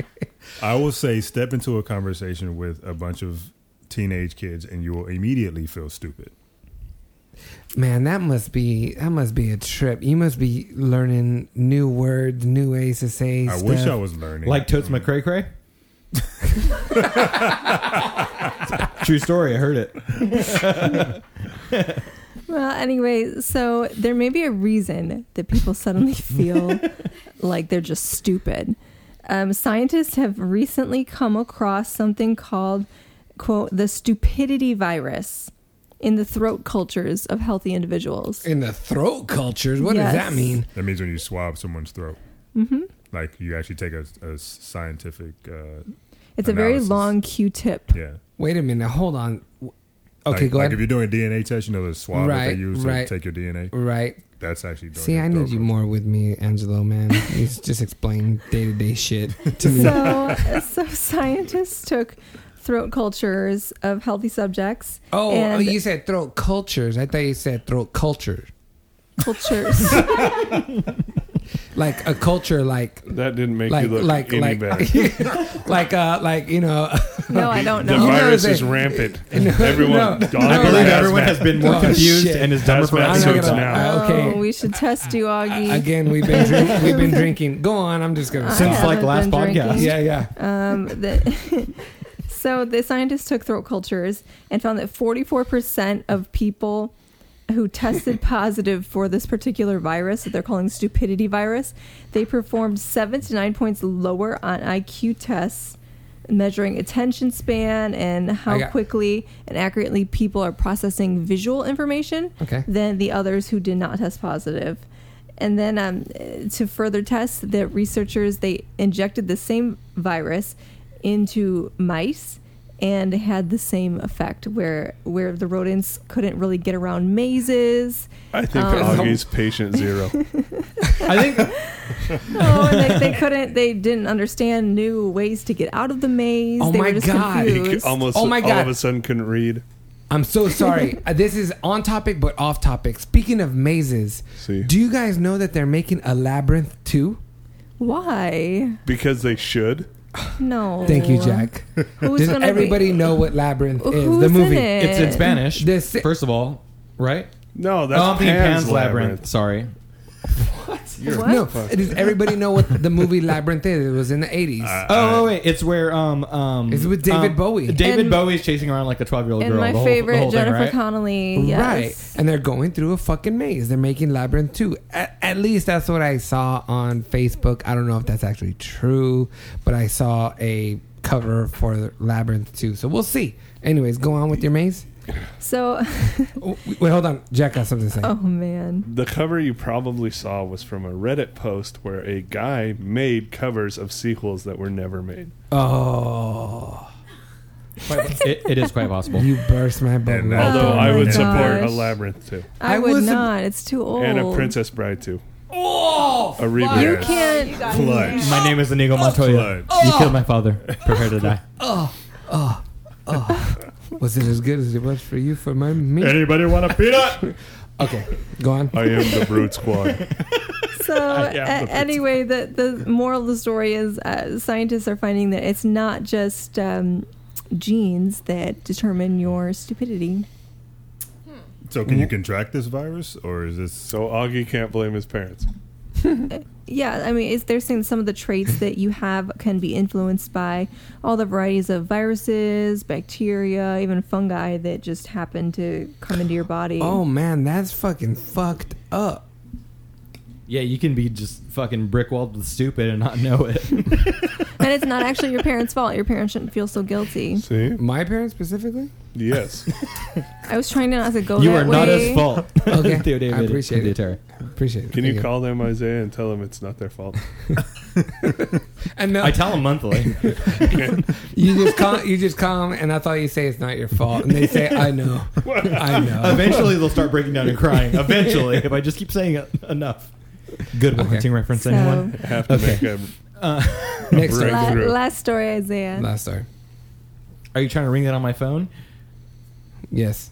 I will say, step into a conversation with a bunch of teenage kids, and you will immediately feel stupid. Man, that must be that must be a trip. You must be learning new words, new ways to say. I stuff. wish I was learning. Like totes my cray cray. True story. I heard it. Well, anyway, so there may be a reason that people suddenly feel like they're just stupid. Um, scientists have recently come across something called, quote, the stupidity virus in the throat cultures of healthy individuals. in the throat cultures. What does that Yes. mean? That means when you swab someone's throat, hmm like you actually take a, a scientific. Uh, It's a very analysis. long Q tip. Yeah. Wait a minute. Hold on. Okay, Like- go like ahead. if you're doing DNA test, you know the swab that Right, they use right, to take your DNA. right. That's actually doing See, your I throat need you more with me, Angelo. Man, you just explain day to day shit to me. So, so scientists took throat cultures of healthy subjects. oh, and you said throat cultures. I thought you said throat culture, cultures. like a culture, like That didn't make like you look like any like better. like uh like you know. No, I don't The know. virus No, is they- rampant. No, everyone, no, God, no, I believe everyone has been more Oh, confused shit. and is dumber for Hazmat episodes suits now. now. Oh, we should test you, Augie. uh, Again, we've been drink, we've been drinking. Go on. I'm just gonna I stop. Since, like, haven't last been podcast. drinking. yeah, yeah. Um, the, so the scientists took throat cultures and found that 44% of people who tested positive for this particular virus that they're calling stupidity virus, they performed seven to nine points lower on IQ tests measuring attention span and how I got- quickly and accurately people are processing visual information Okay. than the others who did not test positive. And then um, eh, to further test, the researchers they injected the same virus into mice and had the same effect where where the rodents couldn't really get around mazes. I think Um, Augie's patient zero. I think oh, and they, they couldn't. They didn't understand new ways to get out of the maze. Oh they my were just God. He c- confused. almost Oh my all God. of a sudden couldn't read. I'm so sorry. Uh, this is on topic but off topic. Speaking of mazes, do you guys know that they're making a labyrinth too? Why? Because they should. No. Thank you, Jack. Who's Does gonna everybody know what labyrinth is? Who's the in movie. it? It's in Spanish. This- first of all, right? No, that's I'm thinking Pan's Pan's Labyrinth. Labyrinth. Sorry. What? You're What? No, fucked. does everybody know what the movie Labyrinth is? It was in the eighties. Uh, oh wait, wait, it's where um um It's with David um, Bowie. David And- Bowie's chasing around like a twelve year old And girl. my the whole, favorite, the whole Jennifer thing, right? Connelly. Yes. Right. And they're going through a fucking maze. They're making Labyrinth 2. At, at least that's what I saw on Facebook. I don't know if that's actually true, but I saw a cover for Labyrinth 2. So we'll see. Anyways, go on with your maze. So, Wait, hold on. Jack got something to say. oh man. The cover you probably saw was from a Reddit post where a guy made covers of sequels that were never made. Oh. It, it is quite possible. You burst my bubble. And although I would Oh my support a gosh. labyrinth too, I, I would was a- not. It's too old. and a Princess Bride too, Oh, a reboot. You can't. Clutch. My name is Inigo Montoya. Oh. You killed my father. Prepare to die. Oh, oh, oh. was it as good as it was for you for my me? Anybody want a peanut? Okay, go on. I am the Brute Squad. So Yeah, a- but- anyway, the the moral of the story is uh, scientists are finding that it's not just um, genes that determine your stupidity. So can you Mm-hmm. contract this virus, or is this So Augie can't blame his parents. Yeah, I mean, it's, they're saying some of the traits that you have can be influenced by all the varieties of viruses, bacteria, even fungi that just happen to come into your body. Oh man, that's fucking fucked up. Yeah, you can be just fucking brick walled with stupid and not know it. And it's not actually your parents' fault. Your parents shouldn't feel so guilty. See? My parents specifically? Yes. I was trying not to go you that are not way. his fault. Okay, Theo David I appreciate it. Theotary. Appreciate it. Can you Thank call them Isaiah and tell them it's not their fault? And no, I tell him monthly. you just call, you just call 'em and that's all you say. It's not your fault, and they say, "I know, I know." Eventually, they'll start breaking down and crying. Eventually, if I just keep saying it enough. Good Okay. parenting reference, So- anyone? I have to Okay. make a Uh, Next story. La- breakthrough. last story, Isaiah. Last story. are you trying to ring that on my phone? Yes,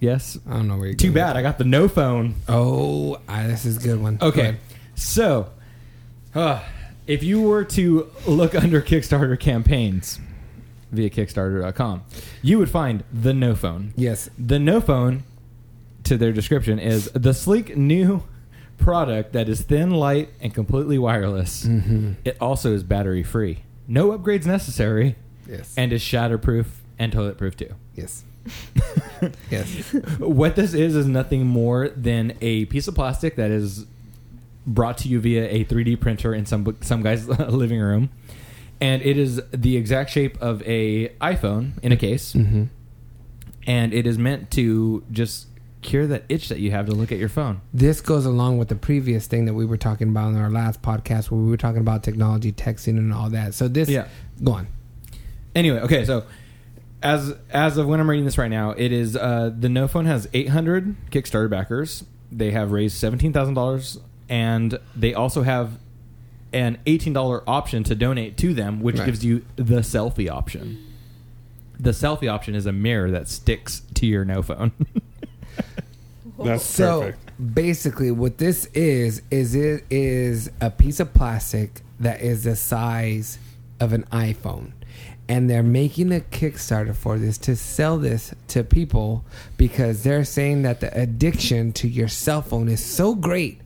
Yes. I don't know where you. Too bad. I got the no phone. Oh, I, this is a good one. Go Okay, ahead. so uh, if you were to look under Kickstarter campaigns via Kickstarter.com, you would find the No Phone. Yes. The No Phone, to their description, is the sleek new product that is thin, light, and completely wireless. Mm. Mm-hmm. It also is battery free, no upgrades necessary, Yes. and is shatterproof and toilet proof too yes. yes. what this is is nothing more than a piece of plastic that is brought to you via a 3D printer in some some guy's living room, and it is the exact shape of a iPhone in a case, Mm-hmm. and it is meant to just cure that itch that you have to look at your phone. This goes along with the previous thing that we were talking about in our last podcast, where we were talking about technology, texting, and all that. So this, Yeah. go on. Anyway, okay, so as as of when I'm reading this right now, it is uh, the No Phone has 800 Kickstarter backers. They have raised seventeen thousand dollars, and they also have an eighteen dollar option to donate to them, which Right. gives you the selfie option. The selfie option is a mirror that sticks to your No Phone. That's So perfect. basically, what this is is it is a piece of plastic that is the size of an iPhone, and they're making a Kickstarter for this to sell this to people because they're saying that the addiction to your cell phone is so great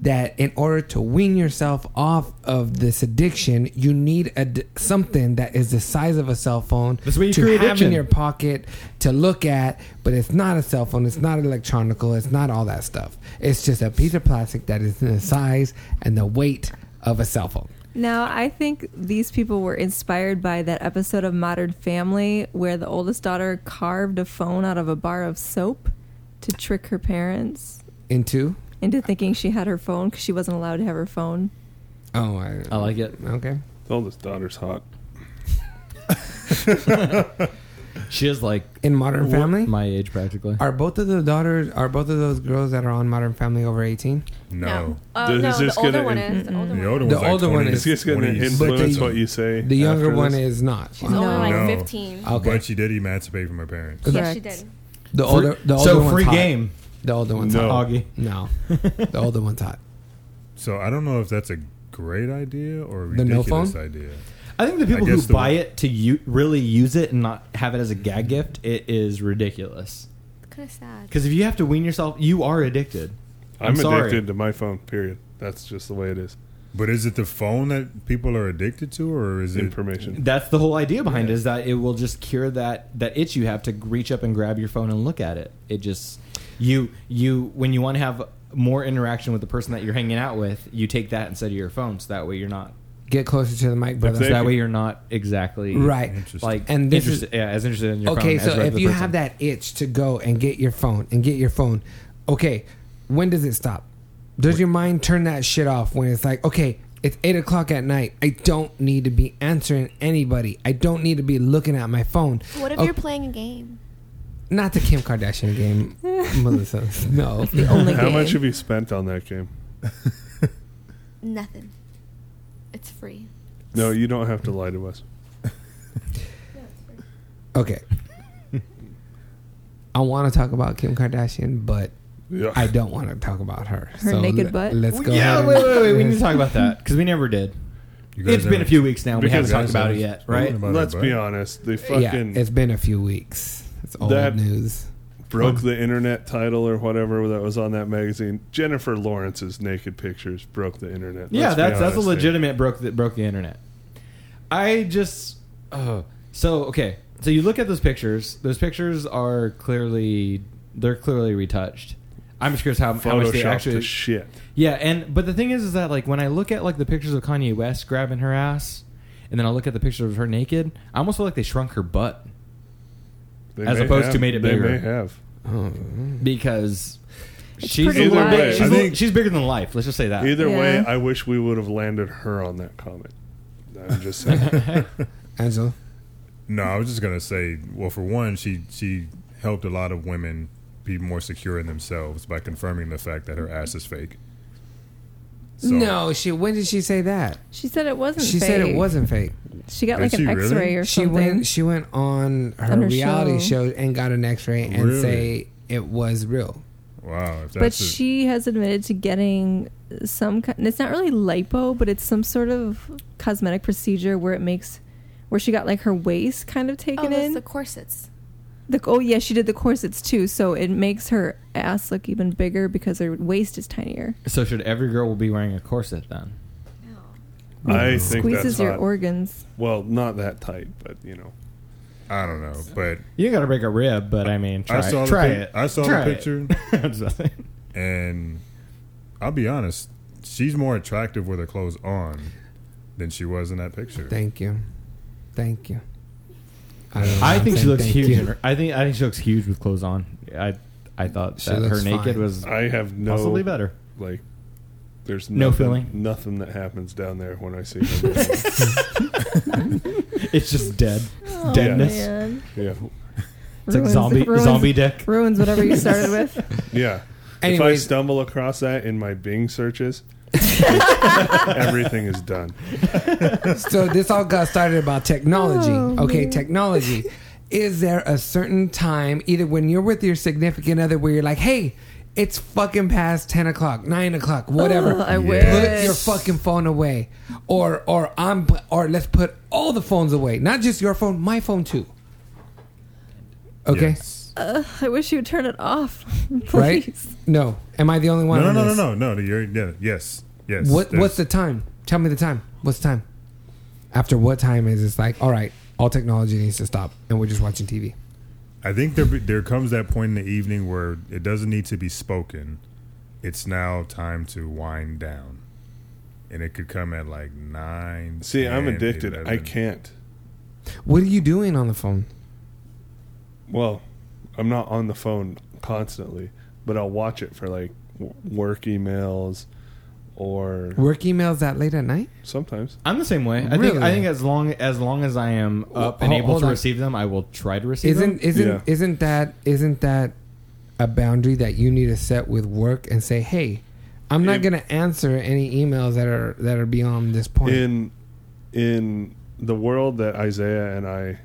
that in order to wean yourself off of this addiction, you need a d- something that is the size of a cell phone That's what you to create have in addiction. your pocket to look at, but it's not a cell phone. It's not electronical. It's not all that stuff. It's just a piece of plastic that is in the size and the weight of a cell phone. Now, I think these people were inspired by that episode of Modern Family where the oldest daughter carved a phone out of a bar of soap to trick her parents Into into thinking she had her phone because she wasn't allowed to have her phone. oh, I, I like it. okay. The oldest daughter's hot. She is like In Modern Family, my age practically. are both of the daughters are both of those girls that are on Modern Family over eighteen? no? Uh, This no, is the just older gonna one in- is. The older The one. older, The one's like older one 20s, is- It's just going to 20s. influence But what you say. The younger after one this. is not. She's only like No. Oh, 15. Okay. But she did emancipate from her parents. Yes, she Correct. did. The older, the older so one's free hot. game. The older one's No. hot. Augie. No, the older one's hot. So I don't know if that's a great idea or a The no ridiculous phone? idea. I think the people guess who the- buy it to u- really use it and not have it as a gag gift, it is ridiculous. Kind of sad. Because if you have to wean yourself, you are addicted. I'm, I'm sorry. addicted to my phone. Period. That's just the way it is. But is it the phone that people are addicted to, or is it information? That's the whole idea behind it is that it will just cure that that itch you have to reach up and grab your phone and look at it. It just you you when you want to have more interaction with the person that you're hanging out with, you take that instead of your phone, so that way you're not Get closer to the mic, brother. so that way you're not exactly Right. Like And this is- interested- yeah, as interested in your okay, phone. as so the if other you person. have that itch to go and get your phone and get your phone, okay, when does it stop? Does your mind turn that shit off when it's like, okay, it's eight o'clock at night. I don't need to be answering anybody. I don't need to be looking at my phone. What if Oh, you're playing a game? not the Kim Kardashian game, Melissa? No, How much eh? have you spent on that game? Nothing. It's free. No, you don't have to lie to us. Oh, Okay. I want to talk about Kim Kardashian, but Yeah. I don't want to talk about her. Her So naked le- butt? Let's go. Yeah, ahead wait, and- wait, wait. We need to talk about that because we never did. guys It's been haven't- a few weeks now. We haven't Because- talked about it yet, right? Let's be honest. They fucking yeah, it's been a few weeks. It's old that news. broke the internet title or whatever that was on that magazine. Jennifer Lawrence's naked pictures broke the internet. Yeah, Let's be that's that's a honest here. legitimate broke that broke the internet. I just oh so okay. So you look at those pictures. Those pictures are clearly they're clearly retouched. I'm just curious how, how much Photoshopped they to actually shit. Yeah, and but the thing is, is that like when I look at like the pictures of Kanye West grabbing her ass, and then I look at the picture of her naked, I almost feel like they shrunk her butt They as may opposed to have- made it they bigger. may have. because It's she's pretty Either light. way, she's, I a little- think- she's bigger than life. Let's just say that. Either way, I wish we would have landed her on that comment. I'm just saying. Angela? No, I was just gonna say. Well, for one, she she helped a lot of women be more secure in themselves by confirming the fact that her ass is fake. So- no, she. When did she say that? She said it wasn't. She said it fake. wasn't fake. She got like an X-ray or she something. went. She went on her, On her reality show. show. and got an X-ray and Really? say it was real. Wow, if but she has admitted to getting some. ki- It's not really lipo, but it's some sort of cosmetic procedure where it makes, where she got like her waist kind of Oh, taken that's in. the corsets. The, oh yeah, she did the corsets too, so it makes her ass look even bigger because her waist is tinier. So should every girl be wearing a corset then? I It think squeezes that's your hot. organs. Well, not that tight, but you know. I don't know, but you ain't gotta break a rib. But I mean, try, I saw it. try the, pic- it. I saw Try the it. picture, I'm just saying. and I'll be honest, she's more attractive with her clothes on than she was in that picture. Thank you. Thank you. know I why I'm think she saying looks thank huge. you. in her- I think I think she looks huge with clothes on. I I thought She that her looks naked fine. was I have no possibly better. Like, there's No nothing, feeling? Nothing that happens down there when I see her. It's just dead Oh, deadness. man. Yeah. It's like zombie ruins- zombie dick. ruins whatever you started with. Yeah. if I Anyways. stumble across that in my Bing searches, everything is done. so this all got started about technology. Oh, okay, man. technology. Is there a certain time, either when you're with your significant other, where you're like, hey, it's fucking past ten o'clock, nine o'clock, whatever. Oh, I Put wish. your fucking phone away, or or I'm or let's put all the phones away, not just your phone, my phone too. Okay, Ugh, I wish you would turn it off, please. right? No, am I the only one? No, on no, no, this? no, no, no. You're yeah, yes, yes. What that's- What's the time? Tell me the time. What's the time? After what time is it's like? All right, all technology needs to stop, and we're just watching TV. I think there there comes that point in the evening where it doesn't need to be spoken. It's now time to wind down, and it could come at like nine. See, I'm 10, addicted. I 11. can't. What are you doing on the phone? Well, I'm not on the phone constantly, but I'll watch it for like w- work emails or Work emails that late at night? sometimes. I'm the same way. I think Really? I think as long as long as I am up and Hol- able hold to on. receive them, I will try to receive them. Isn't isn't isn't that isn't that a boundary that you need to set with work and say, "Hey, I'm not going to answer any emails that are that are beyond this point." in in the world that Isaiah and I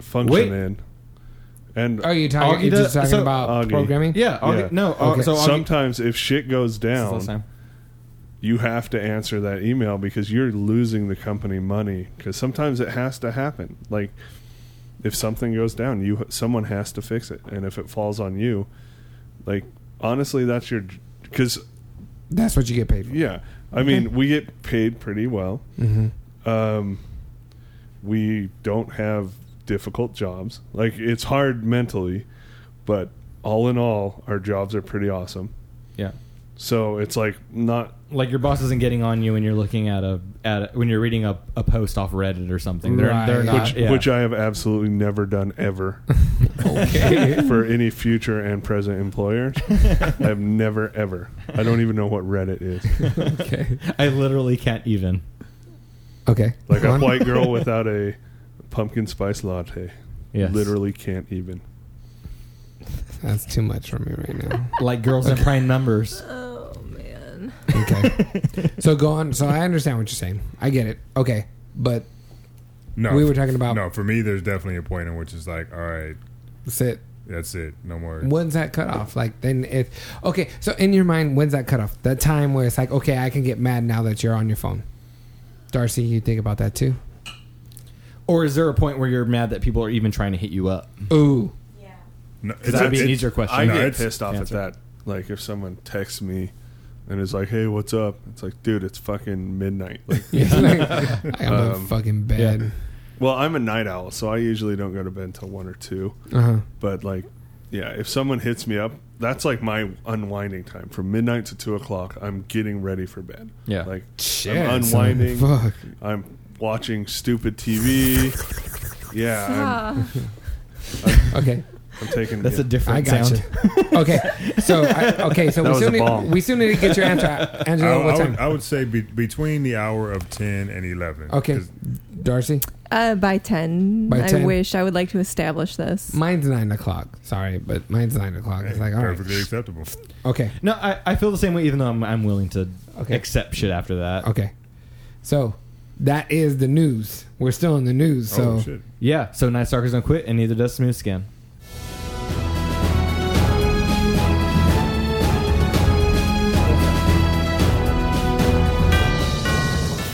function Wait. in. And Are Oh, you talking- you're just talking about programming? Yeah, Augie- no, uh, Okay. so Augie- sometimes if shit goes the last down, time. you have to answer that email because you're losing the company money. Because sometimes it has to happen. Like if something goes down, you someone has to fix it, and if it falls on you, like honestly, that's your j- because that's what you get paid for. Yeah, I mean, we get paid pretty well. Mhm. Um, we don't have difficult jobs. Like it's hard mentally, but all in all, our jobs are pretty awesome. Yeah. So it's like not like your boss isn't getting on you when you're looking at a at a, when you're reading a, a post off Reddit or something. They're, they're which, not. yeah. which I have absolutely never done ever for any future and present employers. I've never ever. I don't even know what Reddit uh, is. okay. I literally can't even. Okay. Like Go a on. white girl without a pumpkin spice latte. Yes. Literally can't even. That's too much for me right now. like girls in prime numbers. Okay. so go on. So I understand what you're saying. I get it. Okay, but No, we were talking about No, for me, there's definitely a point in which it's like, all right, that's it. That's it. No more. When's that cutoff? Like then if okay, so in your mind, when's that cutoff? That time where it's like, okay, I can get mad now that you're on your phone. Darcy, you think about that too? Or is there a point where you're mad that people are even trying to hit you up? Ooh. No, That'd be an easier question. I No, get it's- pissed off answer. at that. Like if someone texts me and is like, "Hey, what's up?" It's like, dude, it's fucking midnight. Like, Yeah. I'm in fucking bed. yeah. Well, I'm a night owl, so I usually don't go to bed until one or 2 Uh-huh. But like, yeah, if someone hits me up, that's like my unwinding time from midnight to two o'clock. I'm getting ready for bed. Yeah. like Shit, I'm son. unwinding. Fuck. I'm watching stupid TV. yeah. I'm- I'm- Okay. I'm taking. That's yeah. a different I got sound. you. okay, so I, okay, so That we was a soon, need, bomb. we soon need to get your answer, Angela. I, what I time? would, I would say be, between the hour of ten and eleven. Okay, 'Cause Darcy. Uh, by 10. By I 10. wish I would like to establish this. Mine's nine o'clock. Sorry, but mine's nine o'clock. It's like all right, perfectly acceptable. okay, No, I, I feel the same way. Even though I'm, I'm willing to Okay. accept shit after that. okay. So that is the news. We're still in the news. Oh, Oh, So Yeah. So Night Stalker's don't quit, and neither does Smooth Skin.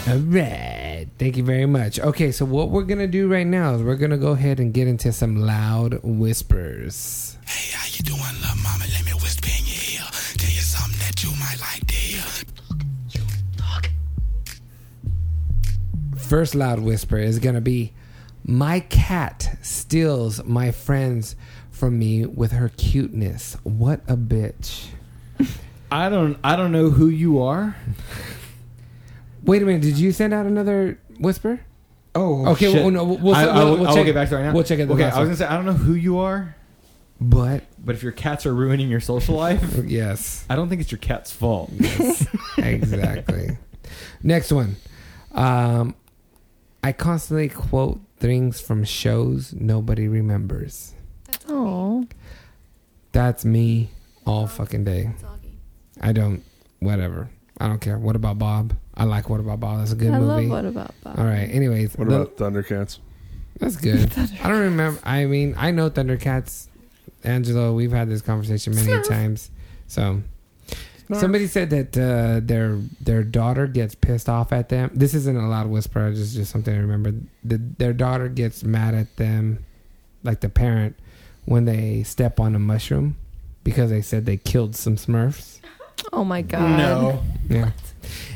all right, thank you very much. Okay, so what we're gonna do right now is we're gonna go ahead and get into some loud whispers. first loud whisper is going to be My cat steals my friends from me with her cuteness. What a bitch. I don't. I don't know who you are. Wait a minute. Did you send out another whisper? Oh, okay. shit. Well, no, we'll, we'll, I, we'll, I will- we'll I will check- get back to it right now. We'll check it. Okay, I was gonna say I don't know who you are, but but if your cats are ruining your social life, yes, I don't think it's your cat's fault. exactly. Next one. Um, I constantly quote things from shows nobody remembers. Oh. That's me all fucking day. I don't. Whatever. I don't care. What about Bob? I like What About Bob. That's a good I love movie. What About Bob. All right. Anyways, What the- about Thundercats? that's good. I don't remember. I mean, I know Thundercats. Angelo, we've had this conversation many times. So somebody said that uh, their their daughter gets pissed off at them. This isn't a loud whisper. It's just just something I remember. The, their daughter gets mad at them, like the parent, when they step on a mushroom because they said they killed some Smurfs. Oh my God. No. Yeah.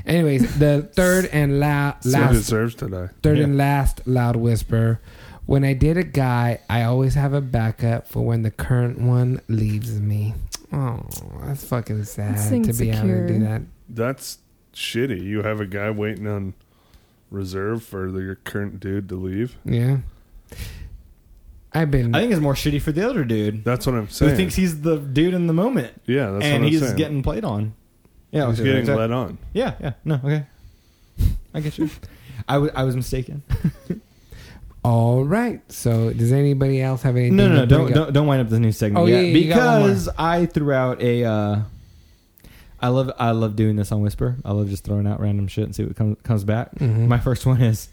Anyways, the third and la- It's what it last deserves today. third and last loud whisper. When I date a guy, I always have a backup for when the current one leaves me. Oh, that's fucking sad That's to be able to do insecure. that. That's shitty. You have a guy waiting on reserve for the, your current dude to leave. Yeah. I've been I think it's more shitty for the other dude That's what I'm saying. who thinks he's the dude in the moment. yeah, that's and what I'm he's saying. getting played on. Yeah, he's okay, getting exactly. let on. Yeah, yeah. No, okay. I get you. I wa- I was mistaken. all right. So, does anybody else have anything? No, no, to no don't bring up? don't don't wind up this new segment. Oh, yet, yeah, yeah, you got one more. because I threw out a. Uh, I love I love doing this on Whisper. I love just throwing out random shit and see what comes comes back. Mhm. My first one is,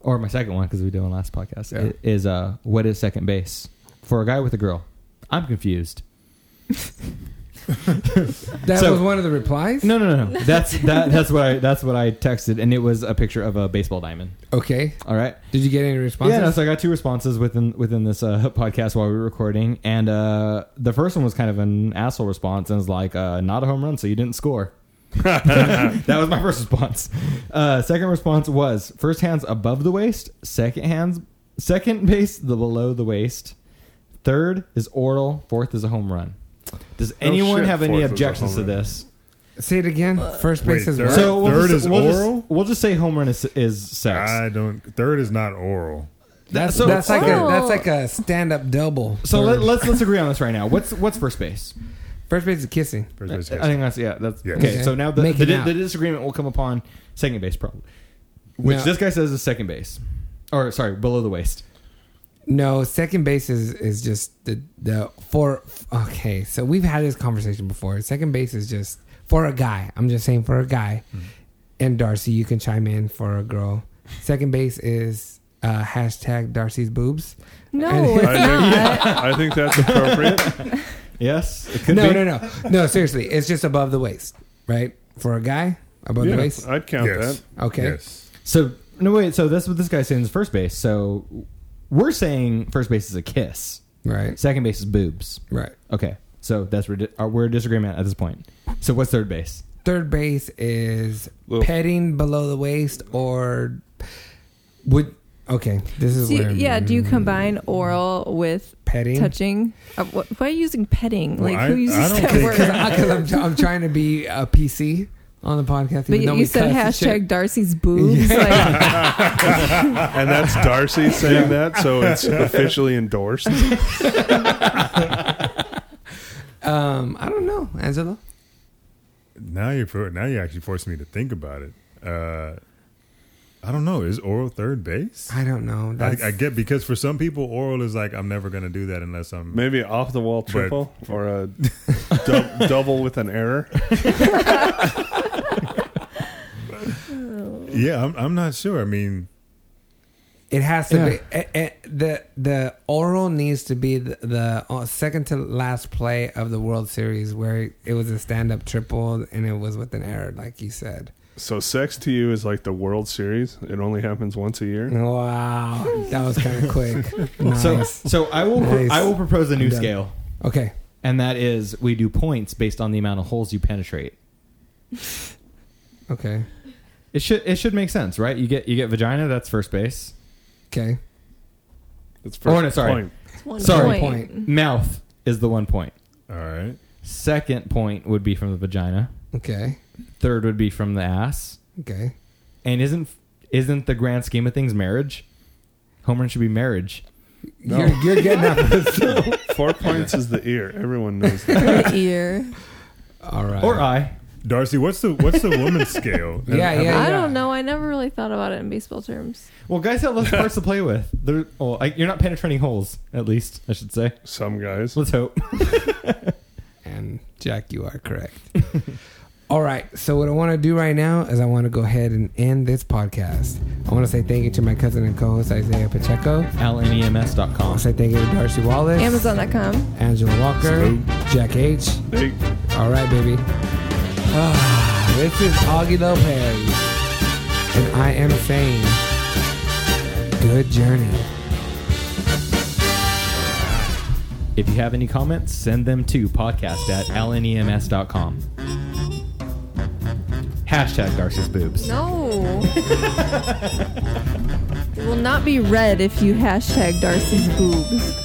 or my second one because we did one last podcast Yeah. i- is uh, what is second base for a guy with a girl? I'm confused. That was one of the replies. No, no, no, no. That's that. That's what I. That's what I texted, and it was a picture of a baseball diamond. Okay. All right. Did you get any responses? Yeah. No, so I got two responses within within this uh, podcast while we were recording, and uh, the first one was kind of an asshole response, and was like, uh, "Not a home run, so you didn't score." that was my first response. Uh, second response was first hands above the waist, second hands second base the below the waist, third is oral, fourth is a home run. Does No anyone Oh, shit, have any fourth is a objections to home run. this? Say it again. First base is what? so we'll just, we'll just- we'll just say home run is, is sex. I don't. Third is not oral. That's, so that's like a Oh. that's like a stand up double. So let, let's let's agree on this right now. What's what's first base? First base is kissing. First base I think that's yeah. That's Yes. okay. Okay. So now the, Make the, it di- out. the disagreement will come upon second base probably, which Now- this guy says is second base, or sorry, below the waist. No, second base is, is just the the for okay. So we've had this conversation before. Second base is just for a guy. I'm just saying for a guy. And Darcy, you can chime in for a girl. Second base is uh, hashtag Darcy's boobs. No, And- it's not. I think that's appropriate. yes. no, be. no, no, no. Seriously, it's just above the waist, right? For a guy, above Yeah, the waist. I'd count Okay. So no wait. So that's what this guy saying is first base. So we're saying first base is a kiss. Right. Second base is boobs. Right. Okay. So that's where di- uh, we're in disagreement at this point. So what's third base? Third base is petting below the waist, or would okay. This is Do you- where I'm- yeah, do you combine oral with Petting? touching? Uh, wh- why are you using petting? Like who uses that word? Because I'm, I'm trying to be a PC on the podcast. But even though you, we said cuss and hashtag shit. Darcy's boobs. and that's Darcy saying that, so it's officially endorsed. Um, I don't know, Angela. Now you're for, now you actually forced me to think about it. Uh, I don't know. Is oral third base? I don't know. I, That's- I get because for some people, oral is like I'm never going to do that unless I'm Maybe off the wall triple or a dou- double with an error. Yeah, I'm, I'm not sure. I mean, It has to Yeah. be eh, eh, the the oral needs to be the, the uh, second to last play of the World Series where it was a stand up triple and it was with an error, like you said. So sex to you is like the World Series. It only happens once a year. Wow, that was kind of quick. Nice. So so I will Nice. I will propose a new I'm done. scale. Okay. And that is we do points based on the amount of holes you penetrate. Okay. It should it should make sense, right? You get you get vagina, that's first base. Okay. It's oh, no, sorry. It's one sorry. point. Point. Mouth is the one point. All right. Second point would be from the vagina. Okay. Third would be from the ass. Okay. And isn't isn't the grand scheme of things marriage? Home run should be marriage. No. You're- you're getting off Four points points is the ear. Everyone knows The ear. All right. Or I. Darcy, what's the what's the woman's scale? I don't know. I never really thought about it in baseball terms. Well, guys have less parts to play with. They're, well, I, you're not penetrating holes, at least I should say. Some guys. Let's hope. and Jack, you are correct. All right. So what I want to do right now is I want to go ahead and end this podcast. I want to say thank you to my cousin and co-host Isaiah Pacheco. E LNEMS.com. I want to say thank you to Darcy Wallace. Amazon.com. Angela Walker. Jack H. All right, baby. Ah, this is Augie Lopez. And I am saying, good journey. If you have any comments, send them to podcast at E lnems.com. Hashtag Darcy's boobs. No. it will not be red if you hashtag Darcy's boobs.